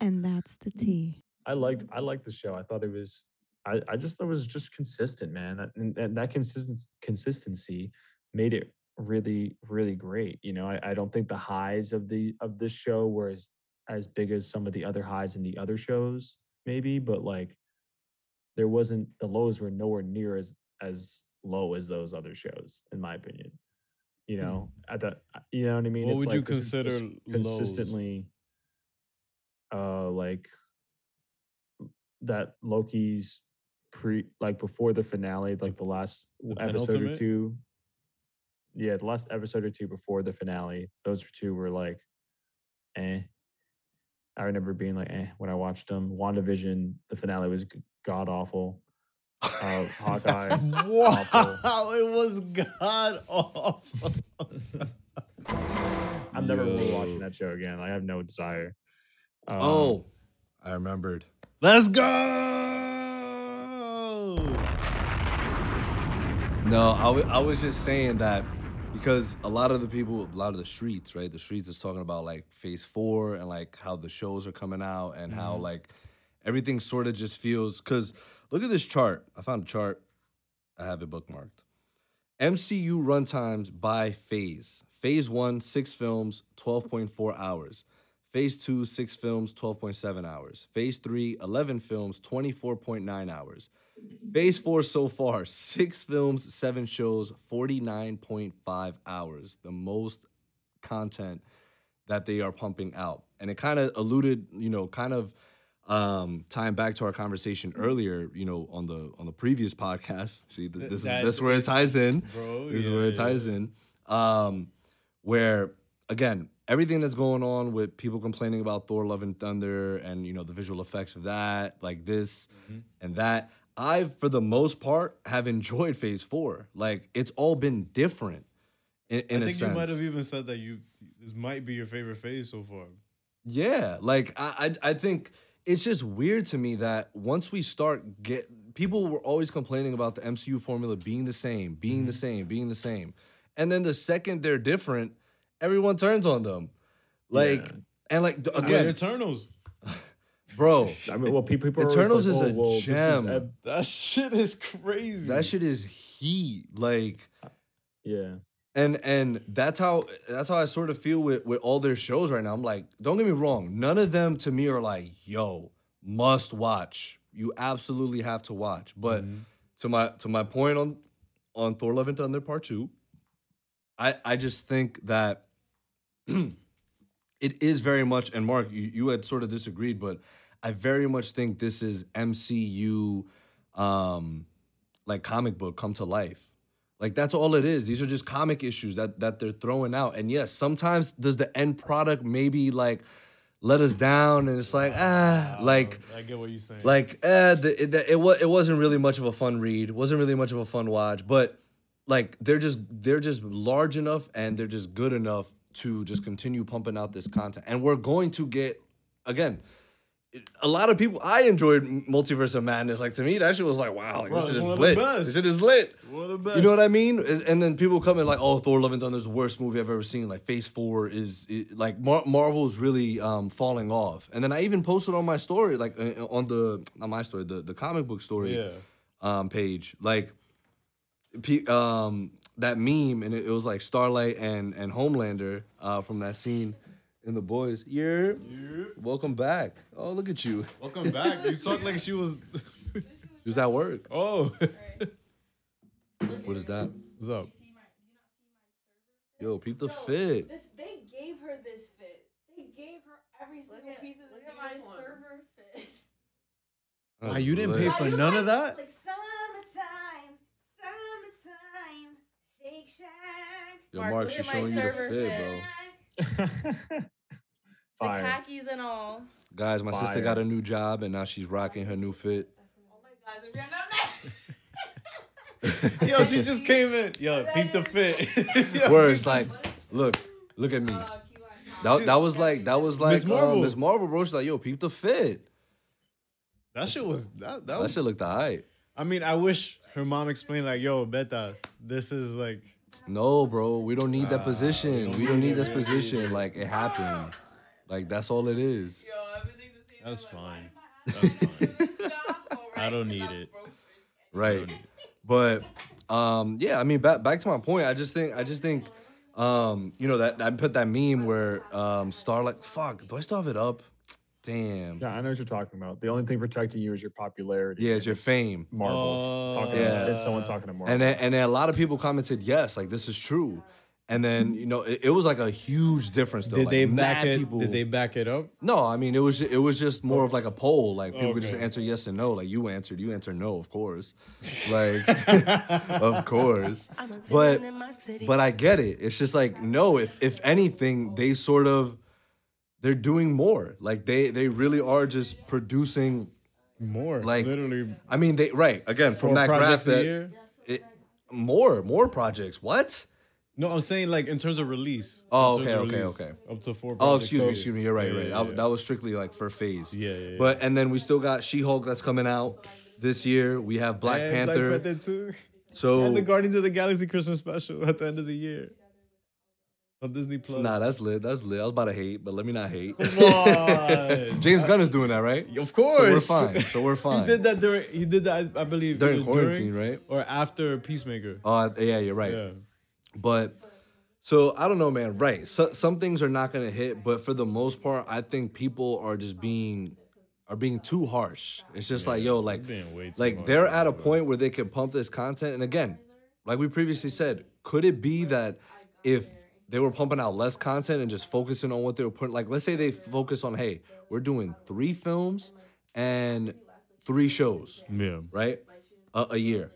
And that's the tea.
I liked I liked the show. I thought it was I, I just thought it was just consistent, man. That- And, and that consistency consistency made it really, really great. You know, I, I don't think the highs of the of this show were as, as big as some of the other highs in the other shows, maybe, but like there wasn't the lows were nowhere near as as low as those other shows, in my opinion. You
Hmm.
know, at the uh, you know what I mean.
What would you
this is just
consider lows?
consistently? Uh, like that Loki's pre like before the finale, like the last
The
episode or
penultimate?
two. Yeah, the last episode or two before the finale, those two were like, eh. I remember being like, eh, when I watched them. WandaVision, the finale was god awful. Uh, Hawkeye,
Wow, it was god awful.
I'm never really
Yo.
watching that show again. I have no desire. Um,
oh, I remembered.
Let's go.
No, I wa- I was just saying that because a lot of the people, a lot of the streets, right? The streets is talking about like phase four and like how the shows are coming out and how like everything sort of just feels. Because look at this chart. I found a chart. I have it bookmarked. MCU runtimes by phase. Phase one, six films, 12.4 hours. Phase two, six films, 12.7 hours. Phase three, 11 films, 24.9 hours. Phase four so far, six films, seven shows, 49.5 hours. The most content that they are pumping out. And it kind of alluded, you know, kind of um tying back to our conversation earlier, you know, on the on the previous podcast. See, th-
Th-
this is
that-
that's where it ties in.
Bro,
this is
yeah,
where it
yeah.
ties in. Um, where again, everything that's going on with people complaining about Thor: Love and Thunder, and you know the visual effects of that, like this
Mm-hmm.
and that. I, for the most part, have enjoyed Phase Four. Like it's all been different. In, in
I think
a
you
sense.
might have even said that you this might be your favorite phase so far.
Yeah, like I, I, I think it's just weird to me that once we start get people were always complaining about the MCU formula being the same, being the same, being the same, and then the second they're different, everyone turns on them, like and like d-
Again,
again,
Eternals.
bro.
I mean, well, pe- people are always
Eternals
like,
is
"Oh,
a
well, this is
gem.
ep-
That shit is crazy.
that shit is heat, like.
yeah.
And and that's how that's how I sort of feel with with all their shows right now. I'm like, don't get me wrong, none of them to me are like, yo, must watch. You absolutely have to watch. But to my to my point on on Thor Love and Thunder Part Two, I I just think that it is very much and Mark, you, you had sort of disagreed, but I very much think this is MCU um like comic book come to life. Like that's all it is. These are just comic issues that that they're throwing out. And yes, sometimes does the end product maybe like let us down and it's like ah like
I get what you're saying.
like eh, the, it, it was it wasn't really much of a fun read wasn't really much of a fun watch but like they're just they're just large enough and they're just good enough to just continue pumping out this content and we're going to get again it- a lot of people i enjoyed M- multiverse of madness like to me that shit was like wow like,
Bro,
this shit
it's
is
one of the
lit
best.
this shit is lit
One of the best.
you know what I mean? Is- And then people come in like, "Oh, Thor: Love and Thunder is the worst movie I've ever seen." Like, Phase Four is, i- like Mar- Marvel's really um, falling off. And then I even posted on my story, like uh, on the not my story, the the comic book story
Yeah.
um, page, like, pe- um, that meme, and it, it was like Starlight and and Homelander uh, from that scene in The Boys. Yeah. Welcome back. Oh, look at you.
Welcome back. You talk like she was.
She was at work.
Oh.
What is that?
What's up?
Yo, peep the fit.
This, they gave her this fit. They gave her every single piece of this my server fit.
Wow, you didn't pay
Now,
for
you
none
like-
of that?
Like summertime, summertime, Shake Shack.
Yo, Mark,
look at
she's
my
showing you the
server
fit,
fit.
bro.
The
Fire.
khakis and all.
Guys, my sister
Fire.
got a new job, and now she's rocking her new fit.
Yo, she just came in. Yo, peep the fit.
Where it's like, look, look at me. That, that was like that was like
Miss
Miss Marvel.
Marvel.
Miss Marvel, bro. She's like, yo, peep the fit.
That shit was that. That,
That
was,
shit looked alright.
I mean, I wish her mom explained like, "Yo, Beta, this is like."
No, bro, we don't need that
Ah,
position. We don't need this position. Like it happened. Like that's all it is.
That's fine. That's fine. I don't need it.
right but um yeah i mean back back to my point i just think i just think um you know that i put that meme where um starlight fuck do i still have it up damn
Yeah, I know what you're talking about. The only thing protecting you is your popularity.
yeah it's your fame
Marvel. talking yeah.
yeah.
Is someone talking to Marvel?
and then, and then a lot of people commented yes like this is true and then you know it, it was like a huge difference though
Did
like,
they back
mad
it?
people-
Did they back it up?
no i mean it was ju- it was just more of like a poll like people could just
Okay.
answer yes and no like you answered you answered no of course like of course but
in my city.
But I get it. It's just like no. If if anything, they sort of they're doing more. Like they they really are just producing
more.
Like
literally.
I mean, they right again from
Four
that graph
projects a
that
year?
it, more more projects. What?
No, I'm saying like in terms of release.
Oh,
In terms
okay,
of
okay,
release,
okay.
Up to four.
Oh,
projects
excuse me,
total.
excuse me. You're right,
Yeah,
right.
yeah,
I-
yeah.
that was strictly like for phase.
Yeah, yeah,
But and then we still got She Hulk that's coming out this year. We have Black
And
Panther.
Black Panther too.
So-
and the Guardians of the Galaxy Christmas special at the end of the year on Disney Plus.
Nah, that's lit. That's lit. I was about to hate, but let me not hate.
on.
James Gunn is doing that, right?
Of course.
So we're fine. So we're fine.
He did that during. He did that, I I believe,
During
either
quarantine, right?
Or after Peacemaker.
Uh, yeah, you're right.
Yeah.
But so I don't know, man. Right. So, some things are not gonna hit, but for the most part, I think people are just being are being too harsh. It's just like, yo, like, like they're at a point where they can pump this content. And again, like we previously said, could it be that if they were pumping out less content and just focusing on what they were putting, like, let's say they focus on, hey, we're doing three films and three shows,
Yeah.
right, a, a year.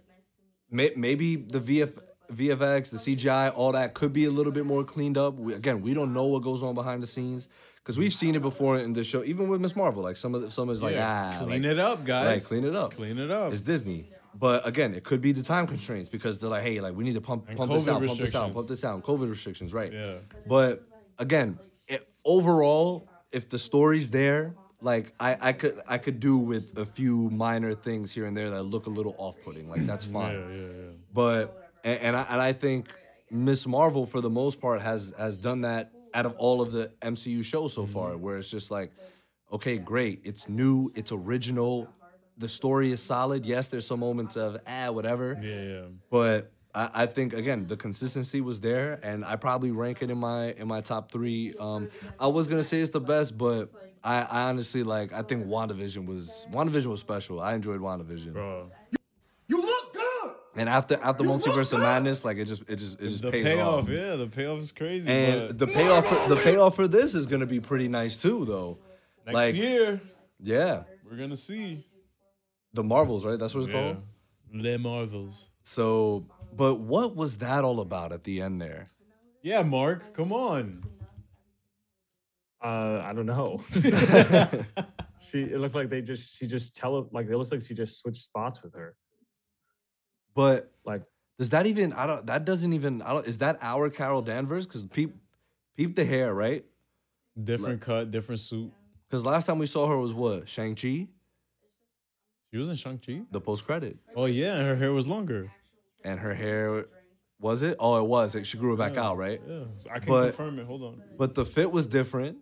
May, maybe the VF, VFX, the CGI, all that could be a little bit more cleaned up. We, again, we don't know what goes on behind the scenes because we've seen it before in the show, even with Miss Marvel. Like some of the, some is like ah,
clean
like-
it up, guys.
Like clean it up.
Clean it up.
It's Disney. But again, it could be the time constraints because they're like, hey, like we need to pump
And
pump this
COVID
out, pump this out, pump
restrictions.
this out. COVID restrictions, right?
Yeah.
But again, it, overall, if the story's there, like I, I could I could do with a few minor things here and there that look a little off-putting. Like that's fine.
Yeah, yeah, yeah.
But and, and I and I think Miss Marvel for the most part has has done that out of all of the MCU shows so
Mm-hmm.
far, where it's just like, okay, great, it's new, it's original, the story is solid. Yes, there's some moments of ah whatever.
Yeah, yeah.
But I, I think again the consistency was there, and I probably rank it in my in my top three. Um, I was gonna say it's the best, but I, I honestly like I think WandaVision was WandaVision was special. I enjoyed WandaVision.
Bro.
You look good. And after after Multiverse of Madness, like it just it just it just
The
pays
payoff,
off.
yeah, the payoff is crazy.
And
but
the payoff for, the payoff for this is gonna be pretty nice too, though.
next
like
year
yeah,
we're gonna see.
the Marvels, right? That's what it's called.
Le Marvels.
So, but what was that all about at the end there?
Yeah, Mark, come on.
Uh, I don't know. she it looked like they just she just tele like it looks like she just switched spots with her.
But
like,
does that even? I don't. That doesn't even. I don't. Is that our Carol Danvers? Because peep, peep the hair, right?
Different cut, different suit.
Because last time we saw her was what Shang Chi,
She was in Shang Chi.
the post credit,
Oh yeah, her hair was longer.
and her hair was it? Oh, it was. Like, she grew it back out, right?
Yeah, I can
But-
confirm it. Hold on.
But the fit was different.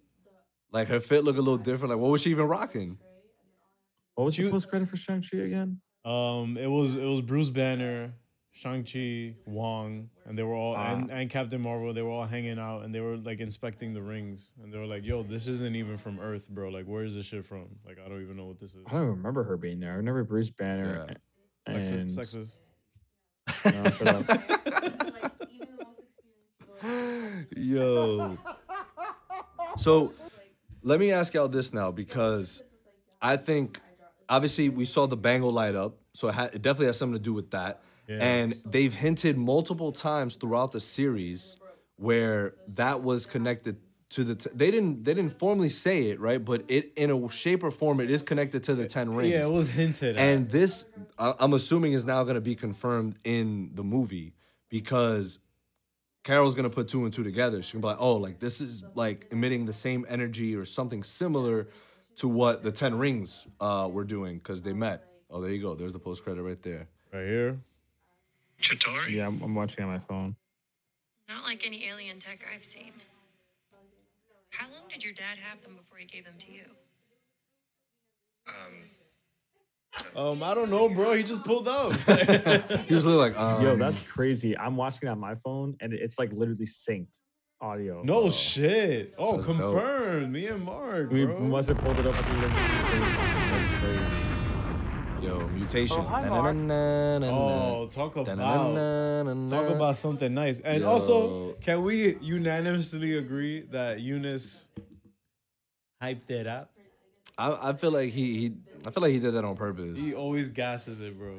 Like her fit looked a little different. Like what was she even rocking?
What was the post credit for Shang Chi again?
Um, it was it was Bruce Banner, Shang-Chi, Wong, and they were all,
Ah.
and, and Captain Marvel, they were all hanging out and they were like inspecting the rings. And they were like, yo, this isn't even from Earth, bro. Like, where is this shit from? Like, I don't even know what this is.
I don't remember her being there. I remember Bruce Banner and
Sexist. sexist.
No, shut up.
Yo. So let me ask y'all this now because I think obviously we saw the bangle light up, so it, ha- it definitely has something to do with that.
Yeah.
And they've hinted multiple times throughout the series where that was connected to the. T- they didn't. They didn't formally say it, right? But it, in a shape or form, it is connected to the ten rings.
Yeah, it was hinted at.
And this, I- I'm assuming, is now going to be confirmed in the movie because Carol's gonna put two and two together. She's gonna be like, oh, like this is like emitting the same energy or something similar to what the Ten Rings uh, were doing because they met. Oh, there you go. There's the post credit right there.
Right here.
Chitari? Yeah, I'm, I'm watching on my phone.
Not like any alien tech I've seen. How long did your dad have them before he gave them to you?
Um, I don't know, bro. He just pulled up.
he was like,
"Yo,
um,
that's crazy." I'm watching it on my phone, and it's like literally synced audio.
No shit. Oh,
That's dope.
confirmed. Me and Mark,
We
bro.
must have pulled it up. At the literally
Yo, mutation.
Oh, talk about talk about something nice. And
Yo.
also, can we unanimously agree that Eunice hyped it up?
I, I feel like he, he I feel like he did that on purpose.
He always gasses it, bro.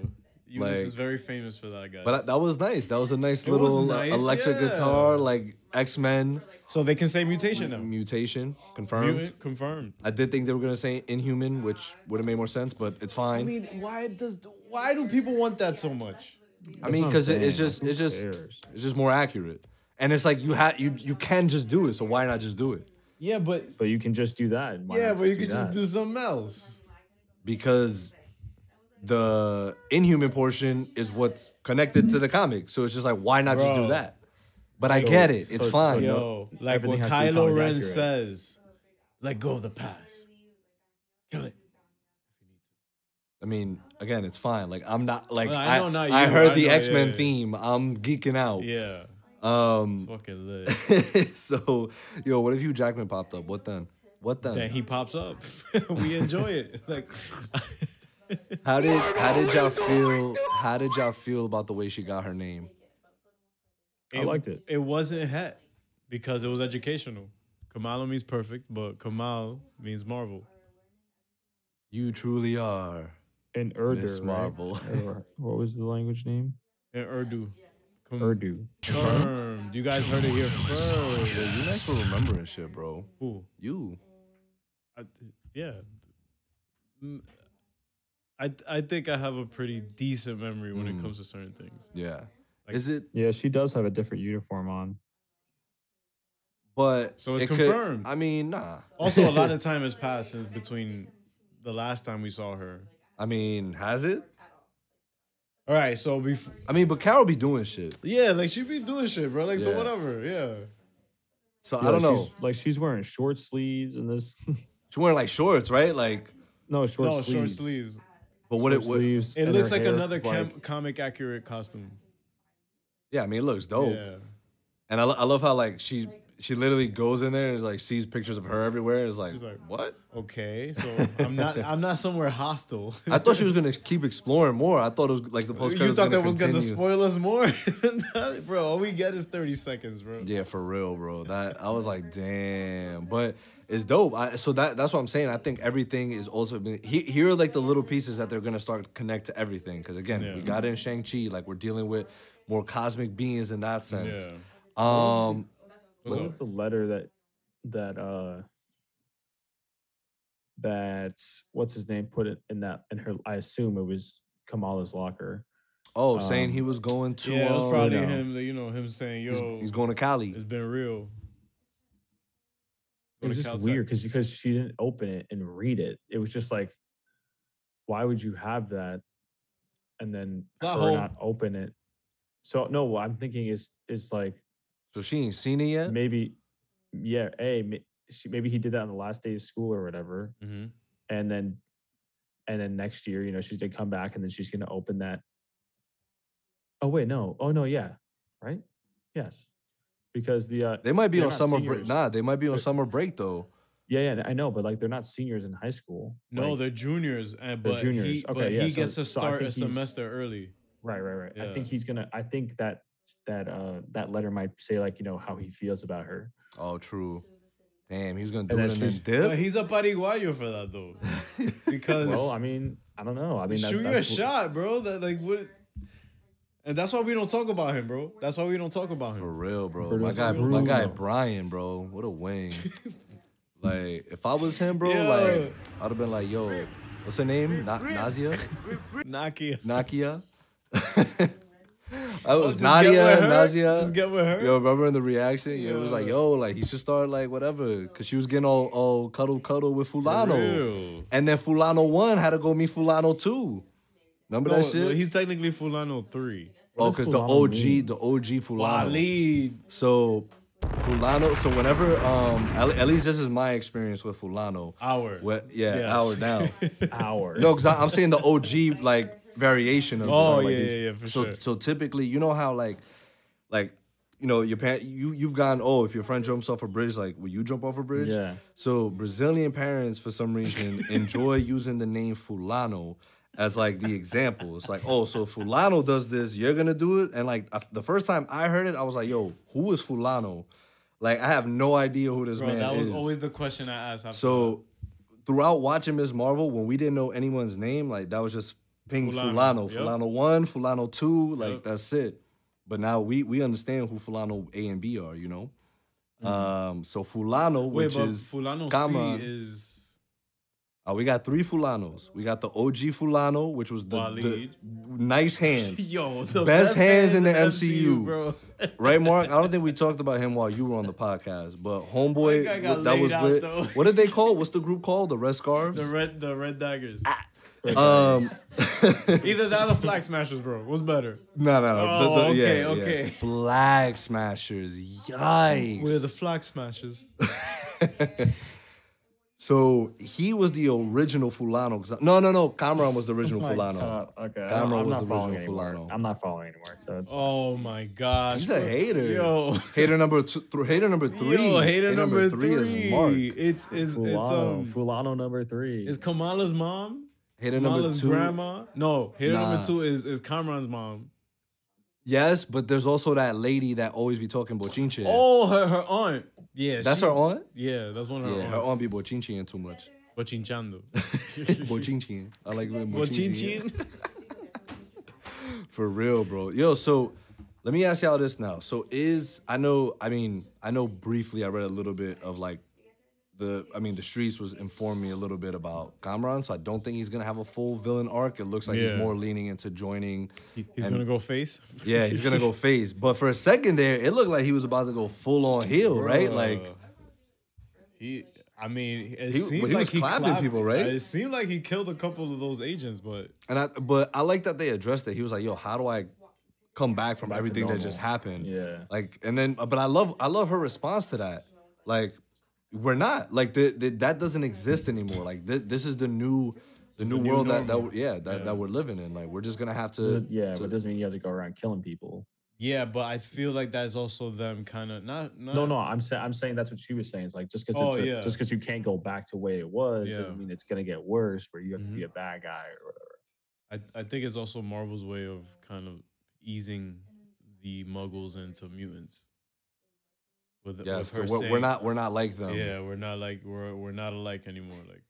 Eunice
Like-
is very famous for that, guy.
But I, that was nice. That was a nice
It was
little uh,
nice,
electric
yeah.
guitar, like X Men.
So they can say mutation now.
Mutation confirmed.
Mutant, confirmed.
I did think they were gonna say Inhuman, which would have made more sense, but it's fine.
I mean, why does why do people want that so much?
I mean, because it, it's just it's just it's just more accurate, and it's like you have you you can just do it. So why not just do it?
Yeah, but
But you can just do that. Why
yeah,
not
but you
do
could just
that?
do something else.
because the Inhuman portion is what's connected to the comic. So it's just like why not just do
Bro.
that? But I get it. It's fine.
Yo, like what Kylo Ren says, let go of the past.
I mean, again, it's fine. Like I'm not like
Well,
I
I know not
I
you.
heard
I
the
know,
X Men
yeah, yeah.
theme. I'm geeking out.
Yeah.
Um.
fucking lit.
so, yo, what if you Jackman popped up? What then? What then?
Then he pops up. we enjoy it. Like
How did how did y'all feel? How did y'all feel about the way she got her name?
I liked it.
It wasn't het because it was educational. Kamala means perfect, but Kamal means Marvel.
You truly are
in Urdu.
Miss
right?
Marvel.
Or what was the language name?
In Urdu. Com-
Urdu.
Confirmed. You guys heard it here first.
Yo, you guys were remembering shit, bro.
Who?
You.
I, th- yeah. Mm, I th- I think I have a pretty decent memory when it comes to certain things.
Yeah.
Like-
Is it?
Yeah, she does have a different uniform on.
But
So it's
it could-
confirmed. Oh.
I mean, nah.
Also, a lot of time has passed since between the last time we saw her.
I mean, has it?
All right, so before.
I mean, but Carol be doing shit.
Yeah, like she be doing shit, bro. Like so,
Yeah.
whatever. Yeah.
So
Yeah,
I don't know.
she's- like she's wearing short sleeves and this.
She wearing like shorts, right? Like.
No short
no short
sleeves.
sleeves.
But what it
Short
would.
sleeves
It
and
looks
her
like
hair
another
is
cam-
like-
comic accurate costume.
Yeah, I mean, it looks dope.
Yeah.
And I, lo- I love how like she she literally goes in there and like sees pictures of her everywhere. It's like,
She's like,
what?
Okay, so I'm not I'm not somewhere hostile.
I thought she was gonna keep exploring more. I thought it was like the post.
you thought that was gonna spoil us more, than that? bro? All we get is thirty seconds, bro.
Yeah, for real, bro. That I was like, damn. But it's dope. I, so that that's what I'm saying. I think everything is also been, he, here are like the little pieces that they're gonna start to connect to everything. Because again, we got in Shang Chi. Like we're dealing with more cosmic beings in that sense.
Yeah.
Um,
What was the letter that that uh that what's his name put it in that in her? I assume it was Kamala's locker.
oh, saying he
Um,
was going to.
Yeah, it was
um,
probably him. You know him saying,
He's,
"Yo,
he's going to Cali.
it's been real."
It was
to
just
Caltech.
weird because because she didn't open it and read it. It was just like, why would you have that, and then
Not
her
whole-
not open it? So no, what I'm thinking is is like.
So she ain't seen it yet.
Maybe, yeah. Hey, may- she, maybe he did that on the last day of school or whatever,
Mhm.
and then, and then next year, you know, she's gonna come back and then she's gonna open that Oh wait, no. Oh no, yeah. Right? Yes. Because the uh
They might be
they're
on
not
summer break.
seniors.
Nah, they might be on summer break though.
Yeah, yeah, I know, but like they're not seniors in high school.
No,
Like,
they're juniors, and
They're
but
juniors.
he,
Okay,
but
yeah,
he
so-
gets to
so I
start
think he's-
a semester early.
right, right, right. I
Yeah.
think he's gonna I think that that uh that letter might say like, you know, how he feels about her.
Oh, true. Damn, he's gonna
And
do
then
it and then
she's-
dip.
But he's a pariguayo for that though, because
well, I mean, I don't know. I mean that-
shoot you a
that's what-
shot, bro. That like what. And that's why we don't talk about him, bro. That's why we don't talk about him.
For real, bro.
Bruno
My guy, my
Bruno.
guy Brian, bro. What a wing. like, if I was him, bro,
Yeah.
like, I'd have been like, yo, what's her name? Na- Nazia?
Nakia.
Nakia? I was
Oh, just
Nadia,
get with her.
Nazia.
Just get with her.
Yo, remember in the reaction? Yeah, it was like, yo, like, he should start, like, whatever. Cause she was getting all, all cuddle, cuddle with Fulano.
real.
And then Fulano 1 had to go meet Fulano 2. Remember
No,
that shit?
no, he's technically Fulano three.
Oh, because the OG, the OG Fulano.
Waleed.
So Fulano. So whenever, um, at, at least this is my experience with Fulano.
Hour.
What? Yeah,
Yes.
hour now.
hour.
No, because I'm saying the OG like variation of.
Oh,
like,
yeah,
these-
yeah, yeah, for
so,
sure.
So typically, you know how like, like. You know, your parent, you you've gone. Oh, if your friend jumps off a bridge, like, will you jump off a bridge?
Yeah.
So Brazilian parents, for some reason, enjoy using the name Fulano as like the example. It's like, oh, so Fulano does this, you're gonna do it. And like I, the first time I heard it, I was like, yo, who is Fulano? Like, I have no idea who this
Bro,
man
that was
is.
always the question I asked. after
so throughout watching Ms. Marvel, when we didn't know anyone's name, like that was just ping
Fulano,
Fulano, Fulano,
yep.
one, Fulano two, like
Yep.
that's it. But now we we understand who Fulano A and B are, you know. Um, so Fulano,
that. Mm-hmm. Wait,
which
but
is
Fulano
comma,
C is
uh, we got three Fulanos. We got the OG Fulano, which was the, the
Waleed.
nice hands.
yo the
best, hands, in the
MCU,
MCU.
bro.
right, Mark? I don't think we talked about him while you were on the podcast, but Homeboy,
That guy got
wh- that
laid
was
out,
lit.
though.
What did they call? What's the group called? The Red Scarves?
The red, the red daggers.
Ah. um,
Either that or the flag smashers, bro. What's better?
no, no, no.
Oh,
The- the-
okay,
yeah, yeah.
okay.
Flag Smashers. Yikes.
We're the flag smashers.
So he was the original Fulano. 'cause I- No, no, no. Cameron was the original
Oh my
Fulano.
God, Okay. I don't-
Cameron
I'm
was
not
the
following
original
anymore.
Fulano.
I'm not following anymore. So it's
Oh my gosh,
He's a
bro.
hater.
Yo,
Hater number two, th- hater number three.
yo, hater number three.
is Mark.
It's it's it's
Fulano,
um
Fulano number three.
is Kamala's mom.
Hater number
Kamala's
two.
grandma. No, hater
Nah.
number two is is Cameron's mom.
Yes, but there's also that lady that always be talking bochinche.
Oh, her her aunt. Yeah,
That's
she-
her aunt?
Yeah, that's one of her
yeah, her
aunts.
aunt be bochincheing too much.
Bochinchando.
bochincheing. I like when bochincheing.
Bochinchin.
For real, bro. Yo, so let me ask y'all this now. So is I know I mean I know briefly I read a little bit of like the I mean the streets was informing me a little bit about Kamran, so I don't think he's gonna have a full villain arc. It looks like
Yeah.
he's more leaning into joining.
He's
and-
gonna go face.
Yeah, he's gonna go face. But for a second there, it looked like he was about to go full on heel, right?
Bruh.
Like
He, I mean, it
He-
seemed
but he
like
was
he
clapping
clapped-
people, right?
It seemed like he killed a couple of those agents, but
And I, but I like that they addressed it. He was like, "Yo, how do I come back from
Back to
everything that
normal.
just happened?"
Yeah.
Like, and then, but I love, I love her response to that. Like, we're not like the, the, that doesn't exist anymore. Like, thi- this is the new, the new
new
world that that
normal.
we're- yeah that, that we're living in. Like, we're just gonna have to
But yeah,
to-
but it doesn't mean you have to go around killing people.
yeah, but I feel like that's also them kind of not, not.
No, no, I'm saying I'm saying that's what she was saying. It's like just because
Uh, Oh,
it's a-
yeah.
just because you can't go back to the way it was
Yeah.
doesn't mean it's gonna get worse. Where you have to be a bad guy or whatever.
I, I think it's also Marvel's way of kind of easing the Muggles into mutants. With,
yes,
with her
we're,
saying,
we're not, we're not like them.
Yeah, we're not like we're we're not alike anymore. Like,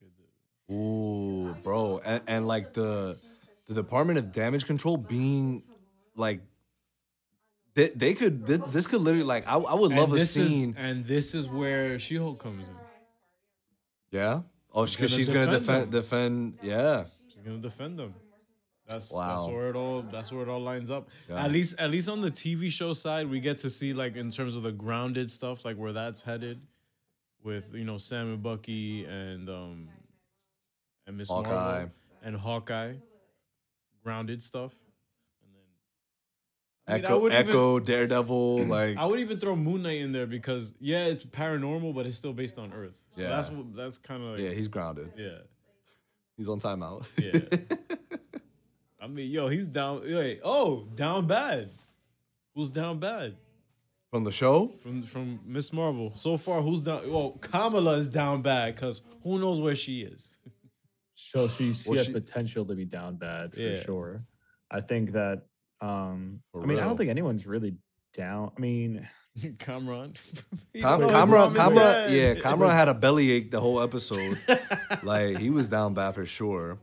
Ooh, bro, and, and like the the Department of Damage Control being like they, they could thi- this could literally like I, I would love
and
a
this is-
scene.
and this is where She Hulk comes in.
yeah. Oh, because
gonna
she's gonna defend
defend
defend. Yeah.
She's gonna defend them. That's
Wow.
that's where it all that's where it all lines up.
Yeah.
At least at least on the TV show side, we get to see like in terms of the grounded stuff, like where that's headed with you know Sam and Bucky and um and Miss
Hawkeye.
Marvel and Hawkeye, grounded stuff. I mean, I
Echo,
would even-
Echo, Daredevil, like
I would even throw Moon Knight in there because yeah, it's paranormal, but it's still based on Earth. So
Yeah.
that's what that's kind of like,
yeah, he's grounded.
yeah
He's on timeout.
yeah. I I mean, yo, he's down. Wait, oh, down bad. Who's down bad?
From the show?
From from Miss Marvel. So far, who's down? Well, Kamala is down bad because who knows where she is.
So she, she
Well,
has
she-
potential to be down bad for
Yeah.
sure. I think that. um
For
I mean, I
real.
don't think anyone's really down. I mean,
Kamran.
Cam-
knows
Cameron,
mom is
Cameron,
dead.
yeah, Cameron had a bellyache the whole episode. like he was down bad for sure.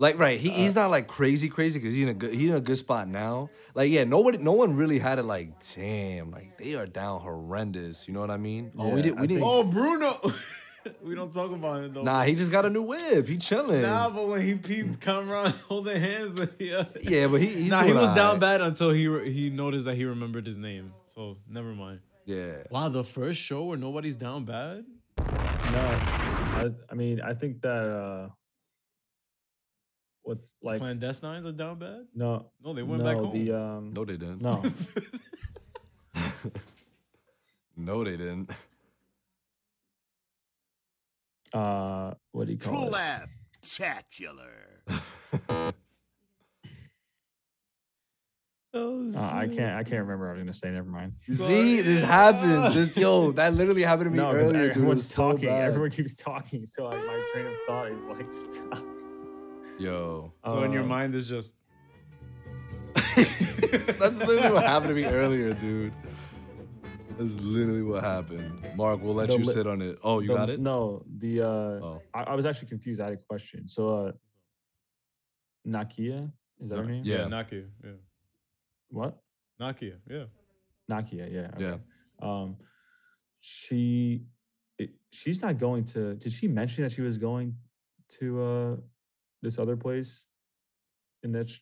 Like right, he,
Uh,
he's not like crazy crazy because he in a good he in a good spot now. Like yeah, nobody no one really had it like damn like they are down horrendous. You know what I mean? oh, we
Yeah,
did
I
we didn't.
think- Oh, Bruno. we don't talk about him though.
nah, he just got a new whip. He chilling.
Nah, but when he peeped Kamran holding hands, yeah.
Yeah, but he- he's
nah, he
doing
was down
alright.
bad until he re- he noticed that he remembered his name. So never mind.
Yeah.
Wow, the first show where nobody's down bad.
No, I, I mean, I think that uh, what's like
clandestines are down bad.
no,
No, they went back
no,
home.
The, um,
no, they didn't.
No,
no, they didn't.
uh, what do you call it?
Spectacular.
Oh,
Uh, I can't. I can't remember. what I was gonna say. Never mind.
See, this happens. This yo, that literally happened to me
No, 'cause
earlier. dude. It
everyone's
was so
talking.
bad.
Everyone keeps talking. So I, my train of thought is like, stop.
Yo.
So
Uh,
in your mind is just
That's literally what happened to me earlier, dude. That's literally what happened. Mark, we'll let
The
you
li-
sit on it. Oh, you
the-
got it?
No, the uh,
Oh.
I, I was actually confused. I had a question. So, uh, Nakia, is that her name?
yeah, Nakia. Yeah,
What?
Nakia. Yeah.
Nakia, yeah. Okay. Um she it, she's not going to did she mention that she was going to uh this other place in that sh-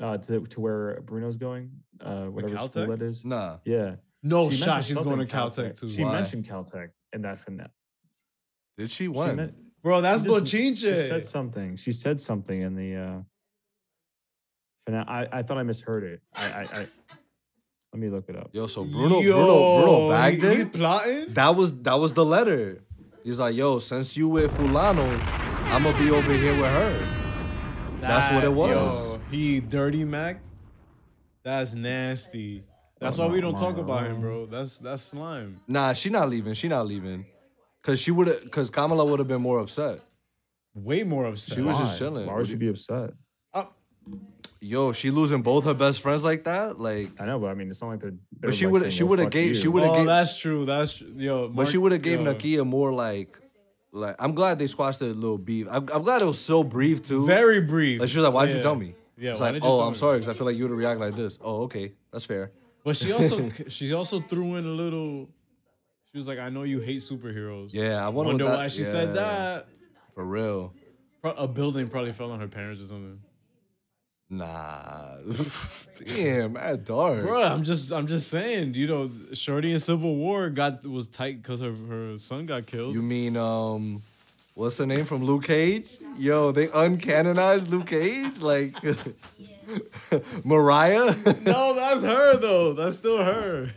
uh to, to where Bruno's going? Uh whatever school
Caltech?
that is.
Nah.
Yeah.
No
She
shot,
mentioned
she's
something
going to Caltech, too.
She
Why?
mentioned Caltech in that finale.
Did she win?
Bro, that's
she just- She
bochinche.
said something. She said something in the uh finale. I, I thought I misheard it. I, I, I let me look it up.
Yo, so Bruno, Bruno, Bruno bagged
he,
it.
he plotting.
That was that was the letter. He's like, yo, since you with Fulano, I'ma be over here with her. That's what it
Nah,
was.
yo, he dirty Mac. That's nasty. That's why we don't talk about him, bro. That's that's slime.
Nah, she not leaving. She not leaving. Cause she would have cause Kamala would have been more upset.
Way more upset.
She was just
Why?
chilling.
Why would she be upset?
Yo, she losing both her best friends like that? Like
I know, but I mean it's not like they're, they're
But she
like
would
saying,
have she
"Oh,
would have
fuck
gave
you."
she would have
Oh,
gave
that's true. That's tr- yo.
But she
Mark-
would have gave
yo,
Nakia more like, like I'm glad they squashed the little beef. I'm, I'm glad it was so brief too.
Very brief.
Like she was like, "Why'd you
Yeah.
tell me?"
Yeah,
It's
why
like,
did you
"Oh,
tell
I'm
me?"
sorry, because I feel like you would have reacted like this." Oh, okay, that's fair.
But she also she also threw in a little. She was like, "I know you hate superheroes."
yeah, I wonder,
wonder
what that-
why she
yeah,
said that.
for real.
Pro- a building probably fell on her parents or something.
Nah, damn, at dark.
Bro, I'm just I'm just saying, you know, Shorty in Civil War got was tight because her, her son got killed.
You mean um, what's her name from Luke Cage? Yo, they uncanonized Luke Cage, like Mariah.
no, that's her though. That's still her.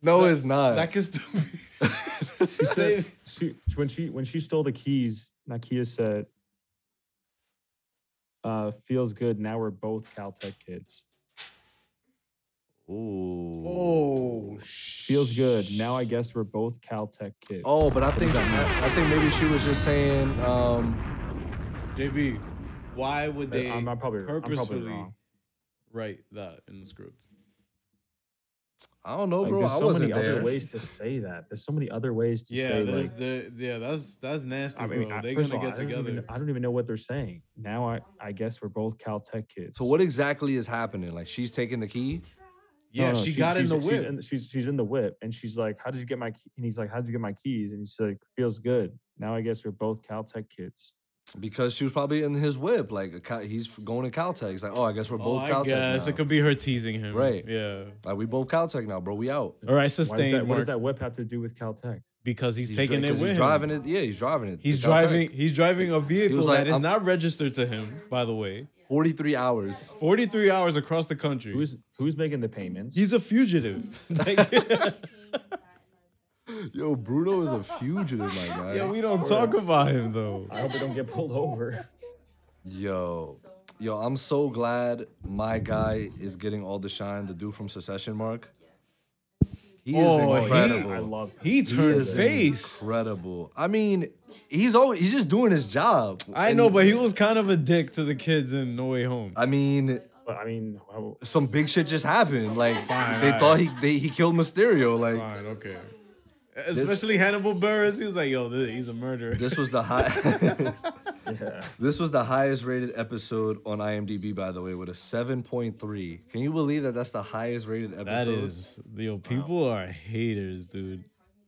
no, it's not.
That could still
She said she when she when she stole the keys, Nakia said, uh, feels good. Now we're both Caltech kids.
Oh
Feels good. Now I guess we're both Caltech kids.
Oh, but I think I, I think maybe she was just saying, um,
JB, why would they
Uh, I'm, I'm probably I'm probably
purposefully
wrong.
write that in the script?
I don't know,
Like,
Oh, bro.
there's
I
so
wasn't
many
there.
other ways to say that. There's so many other ways to
Yeah,
say
there's
like.
the yeah, that's that's nasty,
I mean,
bro.
I-
They're
first
gonna
of all,
get
I don't even-
together.
I don't even know what they're saying. Now I, I guess we're both Caltech kids.
So what exactly is happening? Like she's taking the key.
No, no, Oh, she's- She's in, she's she's in the whip, and she's like, "How did you get my?" Key? And he's like, "How did you get my keys?" And he's like, "Feels good." Now I guess we're both Caltech kids.
because she was probably in his whip. Like a Cal- he's going to Caltech. He's like, oh, I guess we're
Oh,
both
I
Caltech
guess
now.
it could be her teasing him.
Right.
Yeah.
Like we both Caltech now, bro. We out.
All right,
Why does
sustained.
that, what does
Mark,
that whip have to do with Caltech?
Because he's,
He's
taking
dri-
it
'cause
with
he's
him.
driving it. Yeah, he's driving it.
He's
to Caltech.
driving. He's driving a vehicle
like,
that is
I'm-
not registered to him. By the way,
forty-three hours.
Forty-three hours across the country.
Who's who's making the payments?
He's a fugitive.
Yo, Bruno is a fugitive, my guy.
yeah, we don't talk about him though.
I hope I don't get pulled over.
Yo, yo, I'm so glad my guy is getting all the shine. The dude from Secession, Mark. He is
Oh, he-
incredible.
I love him. he turned
is
face.
Incredible. I mean, he's always he's just doing his job.
I know, but he was kind of a dick to the kids in No Way Home.
I mean,
I mean,
some big shit just happened. Like
Fine,
they
alright.
thought he they, he killed Mysterio. Like
Fine, okay. Especially Hannibal Burris, he was like, "Yo, th- he's a murderer."
This was the high. This was the highest rated episode on IMDb, by the way, with a 7.3. Can you believe that that's the highest rated episode?
That is, yo, people are haters, dude.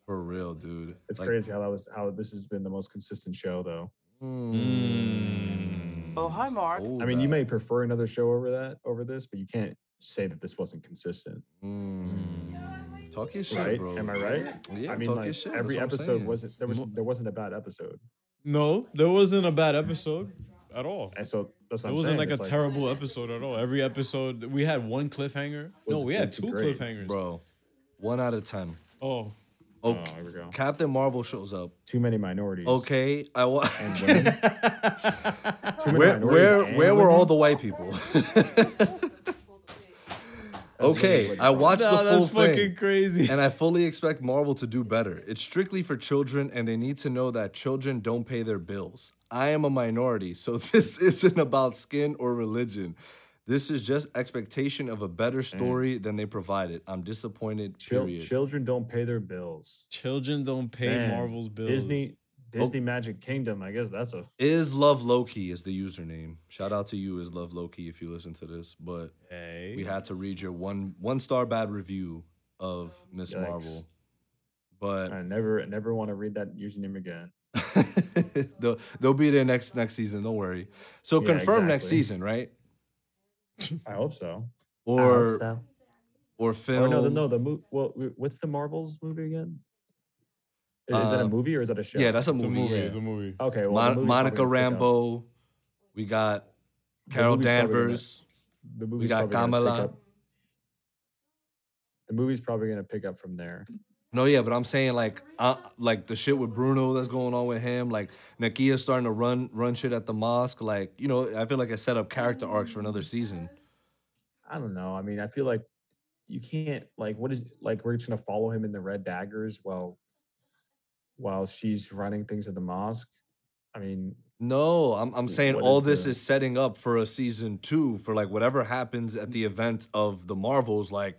For real, dude.
It's
Like-
crazy how that was how this has been the most consistent show though.
Mm.
Oh, hi, Mark.
I mean, you may prefer another show over that over this, but you can't say that this wasn't consistent.
mm. Talk your shit,
right?
bro.
Am I right?
Yeah,
I mean,
talk
like,
your shit. that's
every
what I'm
episode
saying.
wasn't there was there wasn't a bad episode.
No, there wasn't a bad episode at all.
And so that's what
It
I'm
wasn't
saying,
like a
it's like-
terrible episode at all. Every episode, we had one cliffhanger. No,
Was-
we had
was
two
great,
cliffhangers.
Bro, one out of 10.
Oh.
Okay.
here we go.
Captain Marvel shows up.
Too many minorities.
Okay, I wa-
Too many
Where
minorities
where
and
where were
women?
all the white people? okay, I watched
No,
the
that's
full thing.
fucking crazy.
And I fully expect Marvel to do better. It's strictly for children, and they need to know that children don't pay their bills. I am a minority, so this isn't about skin or religion. This is just expectation of a better story than they provided. I'm disappointed.
Chil-
Period.
children don't pay their bills.
Children don't pay
Man,
Marvel's bills.
Disney
Oh.
Disney Magic Kingdom. I guess that's a
Is Love Loki is the username. Shout out to you, Is Love Loki, if you listen to this. But we had to read your one one star bad review of Miss
Yikes.
Marvel. But
I never never want to read that username again.
they'll they'll be there next next season. Don't worry. So
Yeah,
confirm next
exactly.
season, right?
I hope so.
Or or film.
Or no, the, no, the movie. Well, w- what's the Marvels movie again? Is, is that
Uh,
a movie or is that a show?
Yeah, that's a movie. yeah.
movie.
Okay, well,
Mon-
the movie's
Monica
probably gonna pick up-
Rambo. We got
the
Carol
movie's probably gonna-
Danvers.
the
we
movie's
got
probably gonna pick
Kamala.
up- The movie's probably gonna pick up from there.
No, yeah, but I'm saying like, uh, like the shit with Bruno that's going on with him, like Nakia's starting to run run shit at the mosque, like you know, I feel like I set up character arcs for another season.
I don't know. I mean, I feel like you can't like what is like we're just gonna follow him in the red daggers while while she's running things at the mosque. I mean,
No, I'm I'm saying
What
all
is
this
the-
is setting up for a season two for like whatever happens at the event of the Marvels, like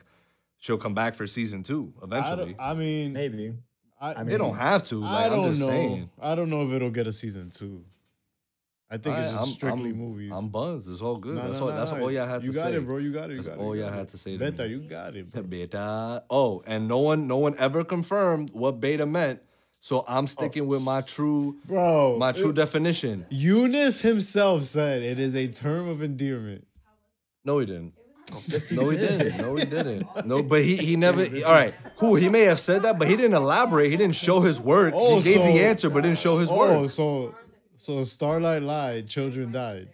she'll come back for season two eventually.
I, mean,
maybe.
I,
They don't have to, like,
I
I'm
don't
just
know.
saying.
I don't know if it'll get a season two. I think
Alright,
it's just
I'm-
strictly
I'm-
movies.
I'm buzzed. It's all good.
Nah,
that's
nah,
all.
nah,
that's
nah.
all y'all had
You
to say.
got it, bro. You got it. You
that's
got it.
all
you
y'all
got it.
had to say. To
Beta,
me.
you got it.
Beta. Oh, and no one, no one ever confirmed what beta meant. So I'm sticking with my true,
bro,
my true
it-
definition.
Eunice himself said it is a term of endearment.
No, he didn't.
Yes,
No, he
did.
didn't. No, he didn't. No, but he he never. All right, cool. He may have said that, but he didn't elaborate. He didn't show his work.
Oh,
he gave
so-
the answer, but didn't show his
oh,
work.
so so Starlight lied, children died.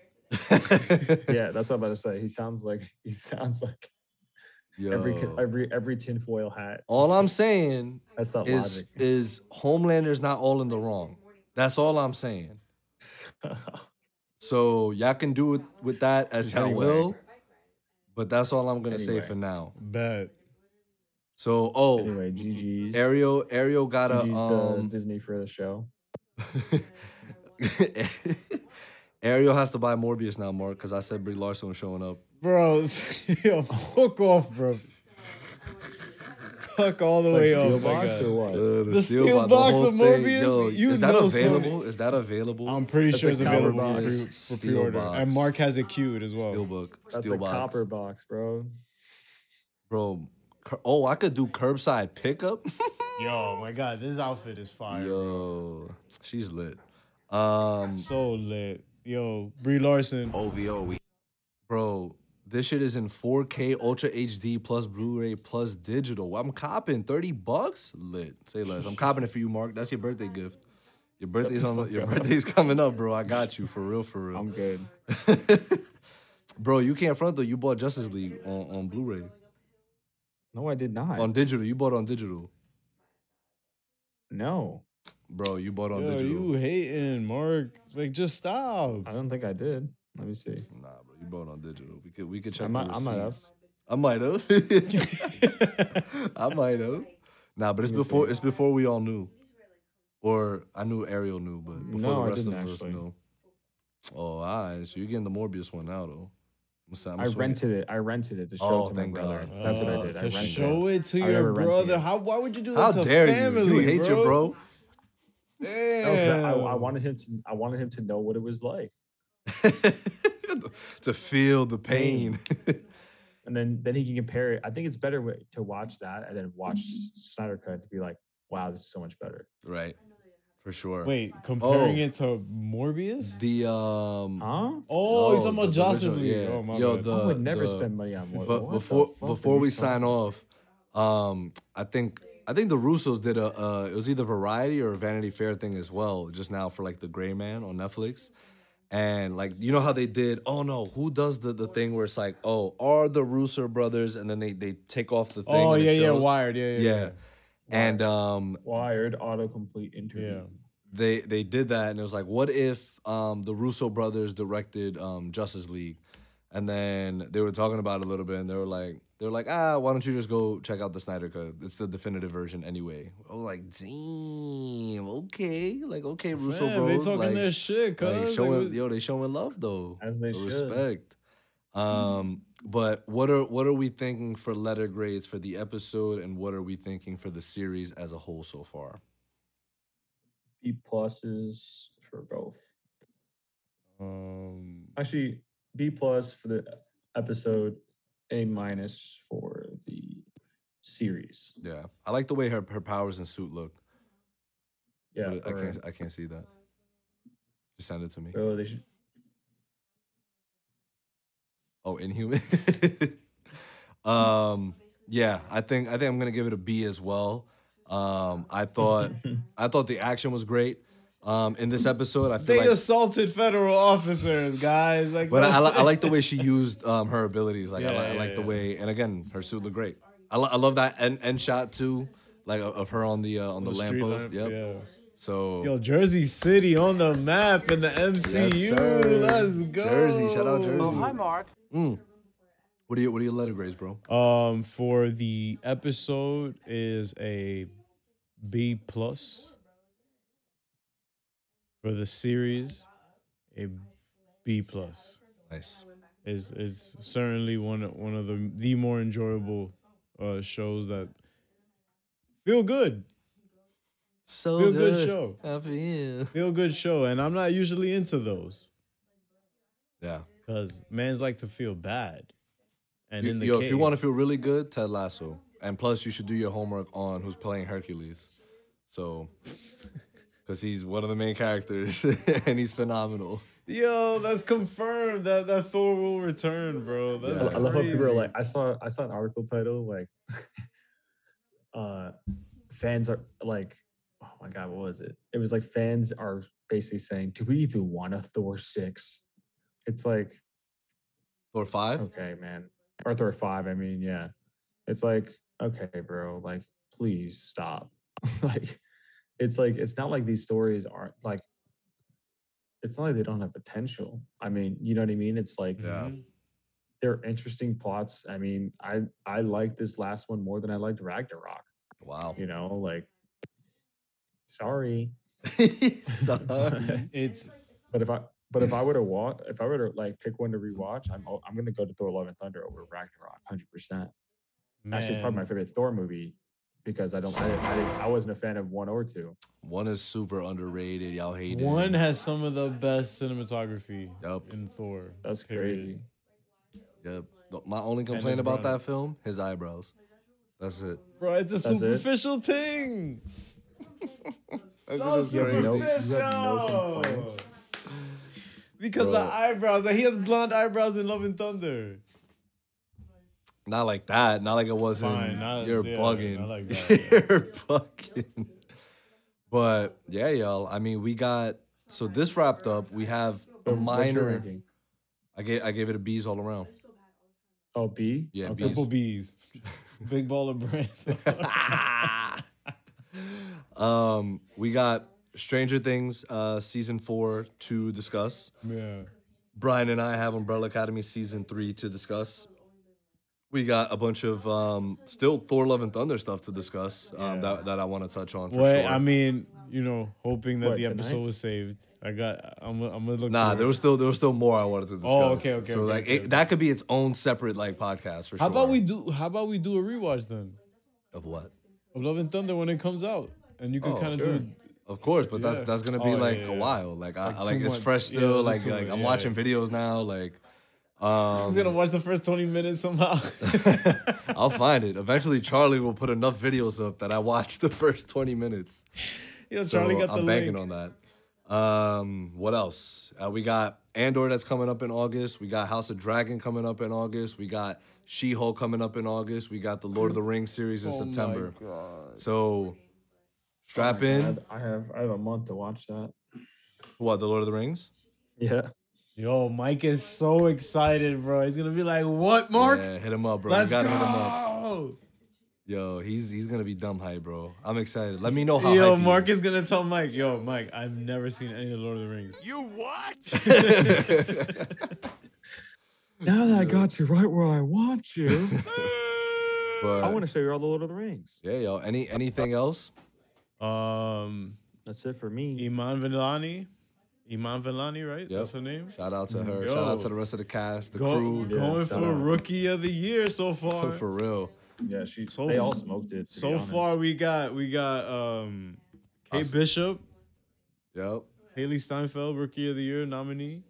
yeah, that's what I'm about to say. He sounds like he sounds like every
Yo.
every every tinfoil hat.
All I'm saying
That's not
is
logic.
is Homelander's not all in the wrong. That's all I'm saying. So y'all can do it with that as y'all
Anyway.
will, but that's all I'm gonna say
Anyway.
for now.
Bet.
So oh,
Anyway, uh, GG's.
Ariel Ariel got a
GG's
um,
to Disney for the show.
Ariel has to buy Morbius now, Mark, because I said Brie Larson was showing up.
Bro, yo, fuck off, bro. Fuck all the
Like
way
steel
off. Oh, my
box
God.
or what? Uh, the
the
steel
steel,
bo- the
box
whole
of
thing,
Morbius.
yo,
you
is
know
that
Sony.
available? Is that available?
I'm pretty
That's
sure
a
it's
copper
available for,
box.
pre- for
Steel
pre-order,
box.
and Mark has it queued as well.
book,
That's
steel
a
box.
copper box, bro.
Bro, cur- oh, I could do curbside pickup.
Yo, my God, this outfit is fire.
Yo, she's lit. Um,
so lit. Yo, Brie Larson.
OVO. Bro, this shit is in 4K Ultra HD plus Blu-ray plus digital. I'm copping 30 bucks. Lit. Say less. I'm copping it for you, Mark. That's your birthday gift. Your birthday's on. Your birthday's coming up, bro. I got you for real, for real. I'm
good.
bro, you can't front though. You bought Justice League on, on Blu-ray.
No, I did not.
On digital. You bought it on digital.
No.
Bro, you bought on
Yo,
digital.
you hating, Mark? Like, just stop.
I don't think I did. Let me see.
Nah, bro, you bought on digital. We could we could check.
I might-
the
I might have.
receipts. I might have. I might have. Nah, but it's before it's before we all knew, or I knew Ariel knew, but before
No,
the
I
rest
didn't
of us
actually.
knew. Oh, alright. So you're getting the Morbius one now though. I'm sa- I'm
I
swinging.
rented it. I rented it to show
Oh,
it to my
thank
brother.
God.
That's what
Oh,
I did. I
to
rented
show
it to
I
your
remember renting
brother.
it.
How? Why would you do that
How
to
dare
family?
you? You hate
bro?
your bro.
No, 'cause I, I- I
Damn.
wanted him to. I wanted him to know what it was like.
to feel the pain.
and then then he can compare it. I think it's better wa- to watch that and then watch Snyder Cut to be like, wow, this is so much better.
Right. For sure.
Wait, comparing it to Morbius?
Oh. The um
Huh?
Oh, you're talking
No, the-
about
the
Justice
original-
League.
yeah.
Oh my
Yo,
bad.
the
I would never
the-
spend money on Morbius.
But
What the
before
fuck are
before
you
we
talking
sign off, um, I think I think the Russos did a uh, it was either Variety or Vanity Fair thing as well just now for like the Gray Man on Netflix, and like you know how they did oh no who does the, the thing where it's like oh are the Russo brothers and then they they take off the thing
Oh,
and it
yeah, yeah,
shows-
Wired, yeah, yeah, yeah.
and um
Wired autocomplete interview.
they they did that and it was like what if um the russo brothers directed um justice league and then they were talking about it a little bit and they were like they were like ah why don't you just go check out the snyder cut it's the definitive version anyway i was like damn okay like okay russo
Man,
bros
they talking
like,
their shit, cuz.
like
Like,
showing
what-
yo they showing love though
As they
so
should.
respect um but what are what are we thinking for letter grades for the episode and what are we thinking for the series as a whole so far
B pluses for both.
Um,
Actually, B plus for the episode, A minus for the series.
Yeah, I like the way her, her powers and suit look.
Yeah,
But I
or-
can't I can't see that. Just send it to me.
Bro, they should.
Oh, Inhuman. um, yeah, I think I think I'm gonna give it a B as well. Um, I thought I thought the action was great. Um, in this episode, I feel
They
like,
assaulted federal officers, guys. Like,
but
no-
I, I, li- I like the way she used um her abilities. Like I,
Yeah,
li- I
yeah,
like the
yeah.
way, and again, her suit looked great. I, lo- I love that end, end shot too, like of- of her on the uh, on the,
the street
lamppost.
lamp,
yep. So
Yo, Jersey City on the map in the MCU.
sir.
Let's go.
Jersey, shout out
Oh,
Jersey.
hi, Mark.
Mm. What are you? What are your letter grades, bro?
Um, for the episode is a B plus. For the series, a B plus.
Nice.
Is is certainly one of, one of the the more enjoyable uh, shows that feel good.
So
feel good, show.
you.
Feel good show, and I'm not usually into those
Yeah.
because man's like to feel bad. And
You-
in the
yo, if you
cave.
want to feel really good, Ted Lasso. And plus, you should do your homework on who's playing Hercules. So, because he's one of the main characters and he's phenomenal.
Yo, that's confirmed that that Thor will return, bro. That's
I love how
crazy.
people are like, I saw I saw an article title like uh fans are like, oh my god, what was it? It was like fans are basically saying, Do we even want a Thor six? It's like
Thor five?
Okay, man. Or Thor five, I mean, yeah. It's like, okay, bro, like please stop. like it's like it's not like these stories aren't like it's not like they don't have potential. I mean, you know what I mean? It's like
Yeah.
they're interesting plots. I mean, I I like this last one more than I liked Ragnarok.
Wow.
You know, like sorry.
sorry.
it's
but if I but if I were to watch if I were to like pick one to rewatch, I'm al- I'm gonna go to Thor Love and Thunder over Ragnarok, hundred percent. Actually, it's probably my
Man.
favorite Thor movie because I don't I, didn't- I, didn't- I wasn't a fan of one or two.
One is super underrated. Y'all hate it.
One has some of the best cinematography
Yup.
in Thor.
That's
period.
crazy.
Yep. Look, My only
then
complaint about
Veronica.
that film, his eyebrows. That's it.
Bro, it's a
That's it.
superficial thing.
That's
so
just crazy. You have
superficial.
no
because the
Bro.
eyebrows, like he has blonde eyebrows in Love and Thunder.
Not like that. Not like it wasn't.
Fine, not-
you're
yeah,
bugging.
not like that,
you're bugging. But yeah, y'all. I mean, we got so this wrapped up. We have a
What's your
minor.
ranking?
I gave I gave it a B's all around.
Oh, B.
Yeah,
Triple
B's.
B's. Big ball of brand.
Um, we got Stranger Things uh, season four to discuss.
Yeah.
Brian and I have Umbrella Academy season three to discuss. We got a bunch of um, still Thor Love and Thunder stuff to discuss um, that, that I want to touch on for
well,
sure.
I mean, you know, hoping that
What,
the episode
tonight?
was saved. I got. I'm. I'm gonna look.
Nah,
for it.
there was still there was still more I wanted to discuss.
Oh, okay, okay,
So
okay,
like
okay,
it, that could be its own separate like podcast for
How
sure.
about we do? How about we do a rewatch then
of what?
of Love and Thunder when it comes out, and you can
Oh,
kind of
sure.
do.
Of course, but that's
Yeah.
that's gonna
Oh,
be
yeah,
like
yeah,
a
yeah.
while. Like I,
Like
I like
two
it's
months.
fresh
Yeah,
still.
it's a
like
two
like
month,
I'm
yeah,
watching videos now. Like um,
He's gonna watch the first twenty minutes somehow.
I'll find it eventually. Charlie will put enough videos up that I watched the first 20 minutes.
Yo, Charlie got the
I'm banking
link.
on that. Um, what else? Uh, we got Andor that's coming up in August. We got House of Dragon coming up in August. We got She Hulk coming up in August. We got the Lord of the Rings series in
Oh my
September. So
Oh
strap in.
I have I have a month to watch that.
What the Lord of the Rings?
Yeah.
Yo, Mike is so excited, bro. He's gonna be like, "What, Mark?
Yeah, hit him up, bro.
Let's
we
go!"
gotta hit him up. Yo, he's he's gonna be dumb hype, bro. I'm excited. Let me know how.
Yo,
hype he
Mark is gonna tell Mike, "Yo, Mike, I've never seen any of the Lord of the Rings."
You what?
Now that I got you right where I want you,
But-
I want to show you all the Lord of the Rings.
Yeah, yo. Any anything else?
Um,
that's it for me.
Iman Vellani, Iman Vellani, right?
Yep.
That's her name.
Shout out to her.
Mm, Yo.
Shout out to the rest of the cast, the
Go-
crew.
going for rookie of the year so far.
for real.
Yeah, she.
So
they
f-
all smoked it. to be
So
honest.
far, we got we got um, Kate
Awesome.
Bishop,
Yep.
Haley Steinfeld, rookie of the year nominee,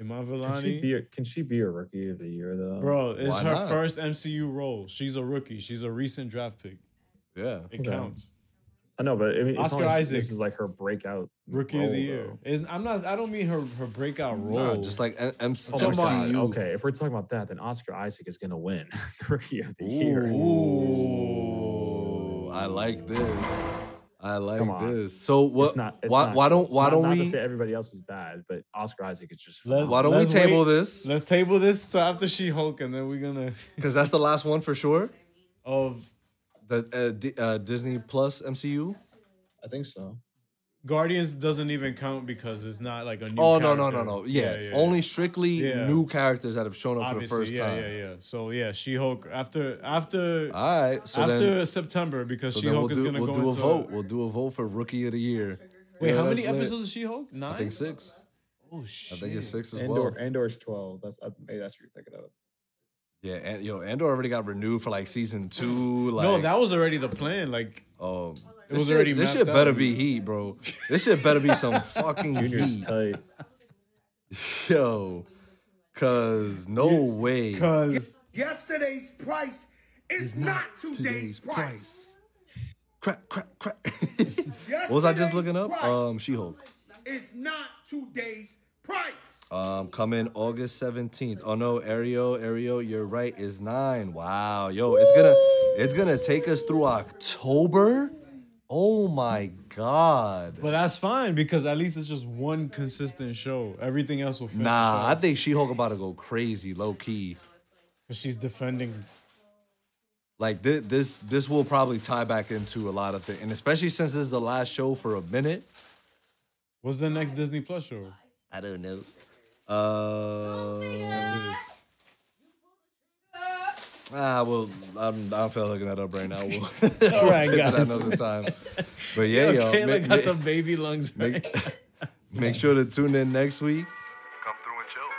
Iman
Can she, be uh,
Vellani.
a, can she be a rookie of the year though?
Bro, it's
Why
her
not?
first MCU role. She's a rookie. She's a recent draft pick.
Yeah,
It
Okay.
counts.
I know, but I mean, it's
Oscar
only-
Isaac.
This is like her breakout
Rookie of
role,
the year.
though.
Is I'm not. I don't mean her her breakout role.
Nah, just like M- M-
Oh my God,
MCU.
Okay, if we're talking about that, then Oscar Isaac is gonna win the rookie of the year.
Ooh, I like this. I
Come
like
on.
this. So what?
It's not, it's
why,
not
why don't
close.
why
Not-
don't
not
we?
to say everybody else is bad, but Oscar Isaac is just.
Let's-
why don't we
let's
table
wait-
this?
Let's table this to after She Hulk, and then we're gonna
Because that's the last one for sure.
Of
the uh, D- uh, Disney Plus MCU.
I think so.
Guardians doesn't even count because it's not like a new.
oh no no no
character.
no! Yeah, only strictly
Yeah.
new characters that have shown up
Obviously,
for the first
yeah,
time.
yeah, yeah. So yeah, She Hulk after after
All right, so
after
then-
September because
So
She
then
Hulk
we'll
is
do,
gonna
we'll
go
do a
into-
vote. We'll do a vote for Rookie of the Year.
Wait,
Yeah,
how
that's
many
lit.
episodes of She Hulk? Nine.
I think six.
Oh
I
shit!
think it's six as
Andor,
well.
Andor is twelve. That's uh, maybe that's what you're thinking of.
Yeah, and yo, Andor already got renewed for like season two. Like,
no, that was already the plan. Like
Oh,
um,
it
this
was
shit-
already.
This
mapped
shit
out.
better be heat, bro. This shit better be some fucking
Junior's
heat,
tight.
yo. Cause no way.
Cause
Yesterday's price is not today's, price.
Crack, crack, crack.
Yesterday's
What was I just looking up?
price
Um, She-Hulk.
is not today's price.
Um, coming August 17th. Oh no, Ariel, Ariel, you're right, is nine. Wow, yo, it's gonna it's gonna take us through October. Oh my god.
But that's fine because at least it's just one consistent show. Everything else will. Finish
Nah, I
off.
think She-Hulk about to go crazy, low key.
'Cause she's defending.
Like this, this, this will probably tie back into a lot of things, and especially since this is the last show for a minute.
What's the next Disney Plus show?
I don't know. Uh, ah, well, I'm, I don't feel like looking that up right now. We'll,
All right,
we'll get to that
guys.
another time. But yeah, yo,
Kayla
ma-
got
ma-
the baby lungs. Right?
make sure to tune in next week.
Come through and chill.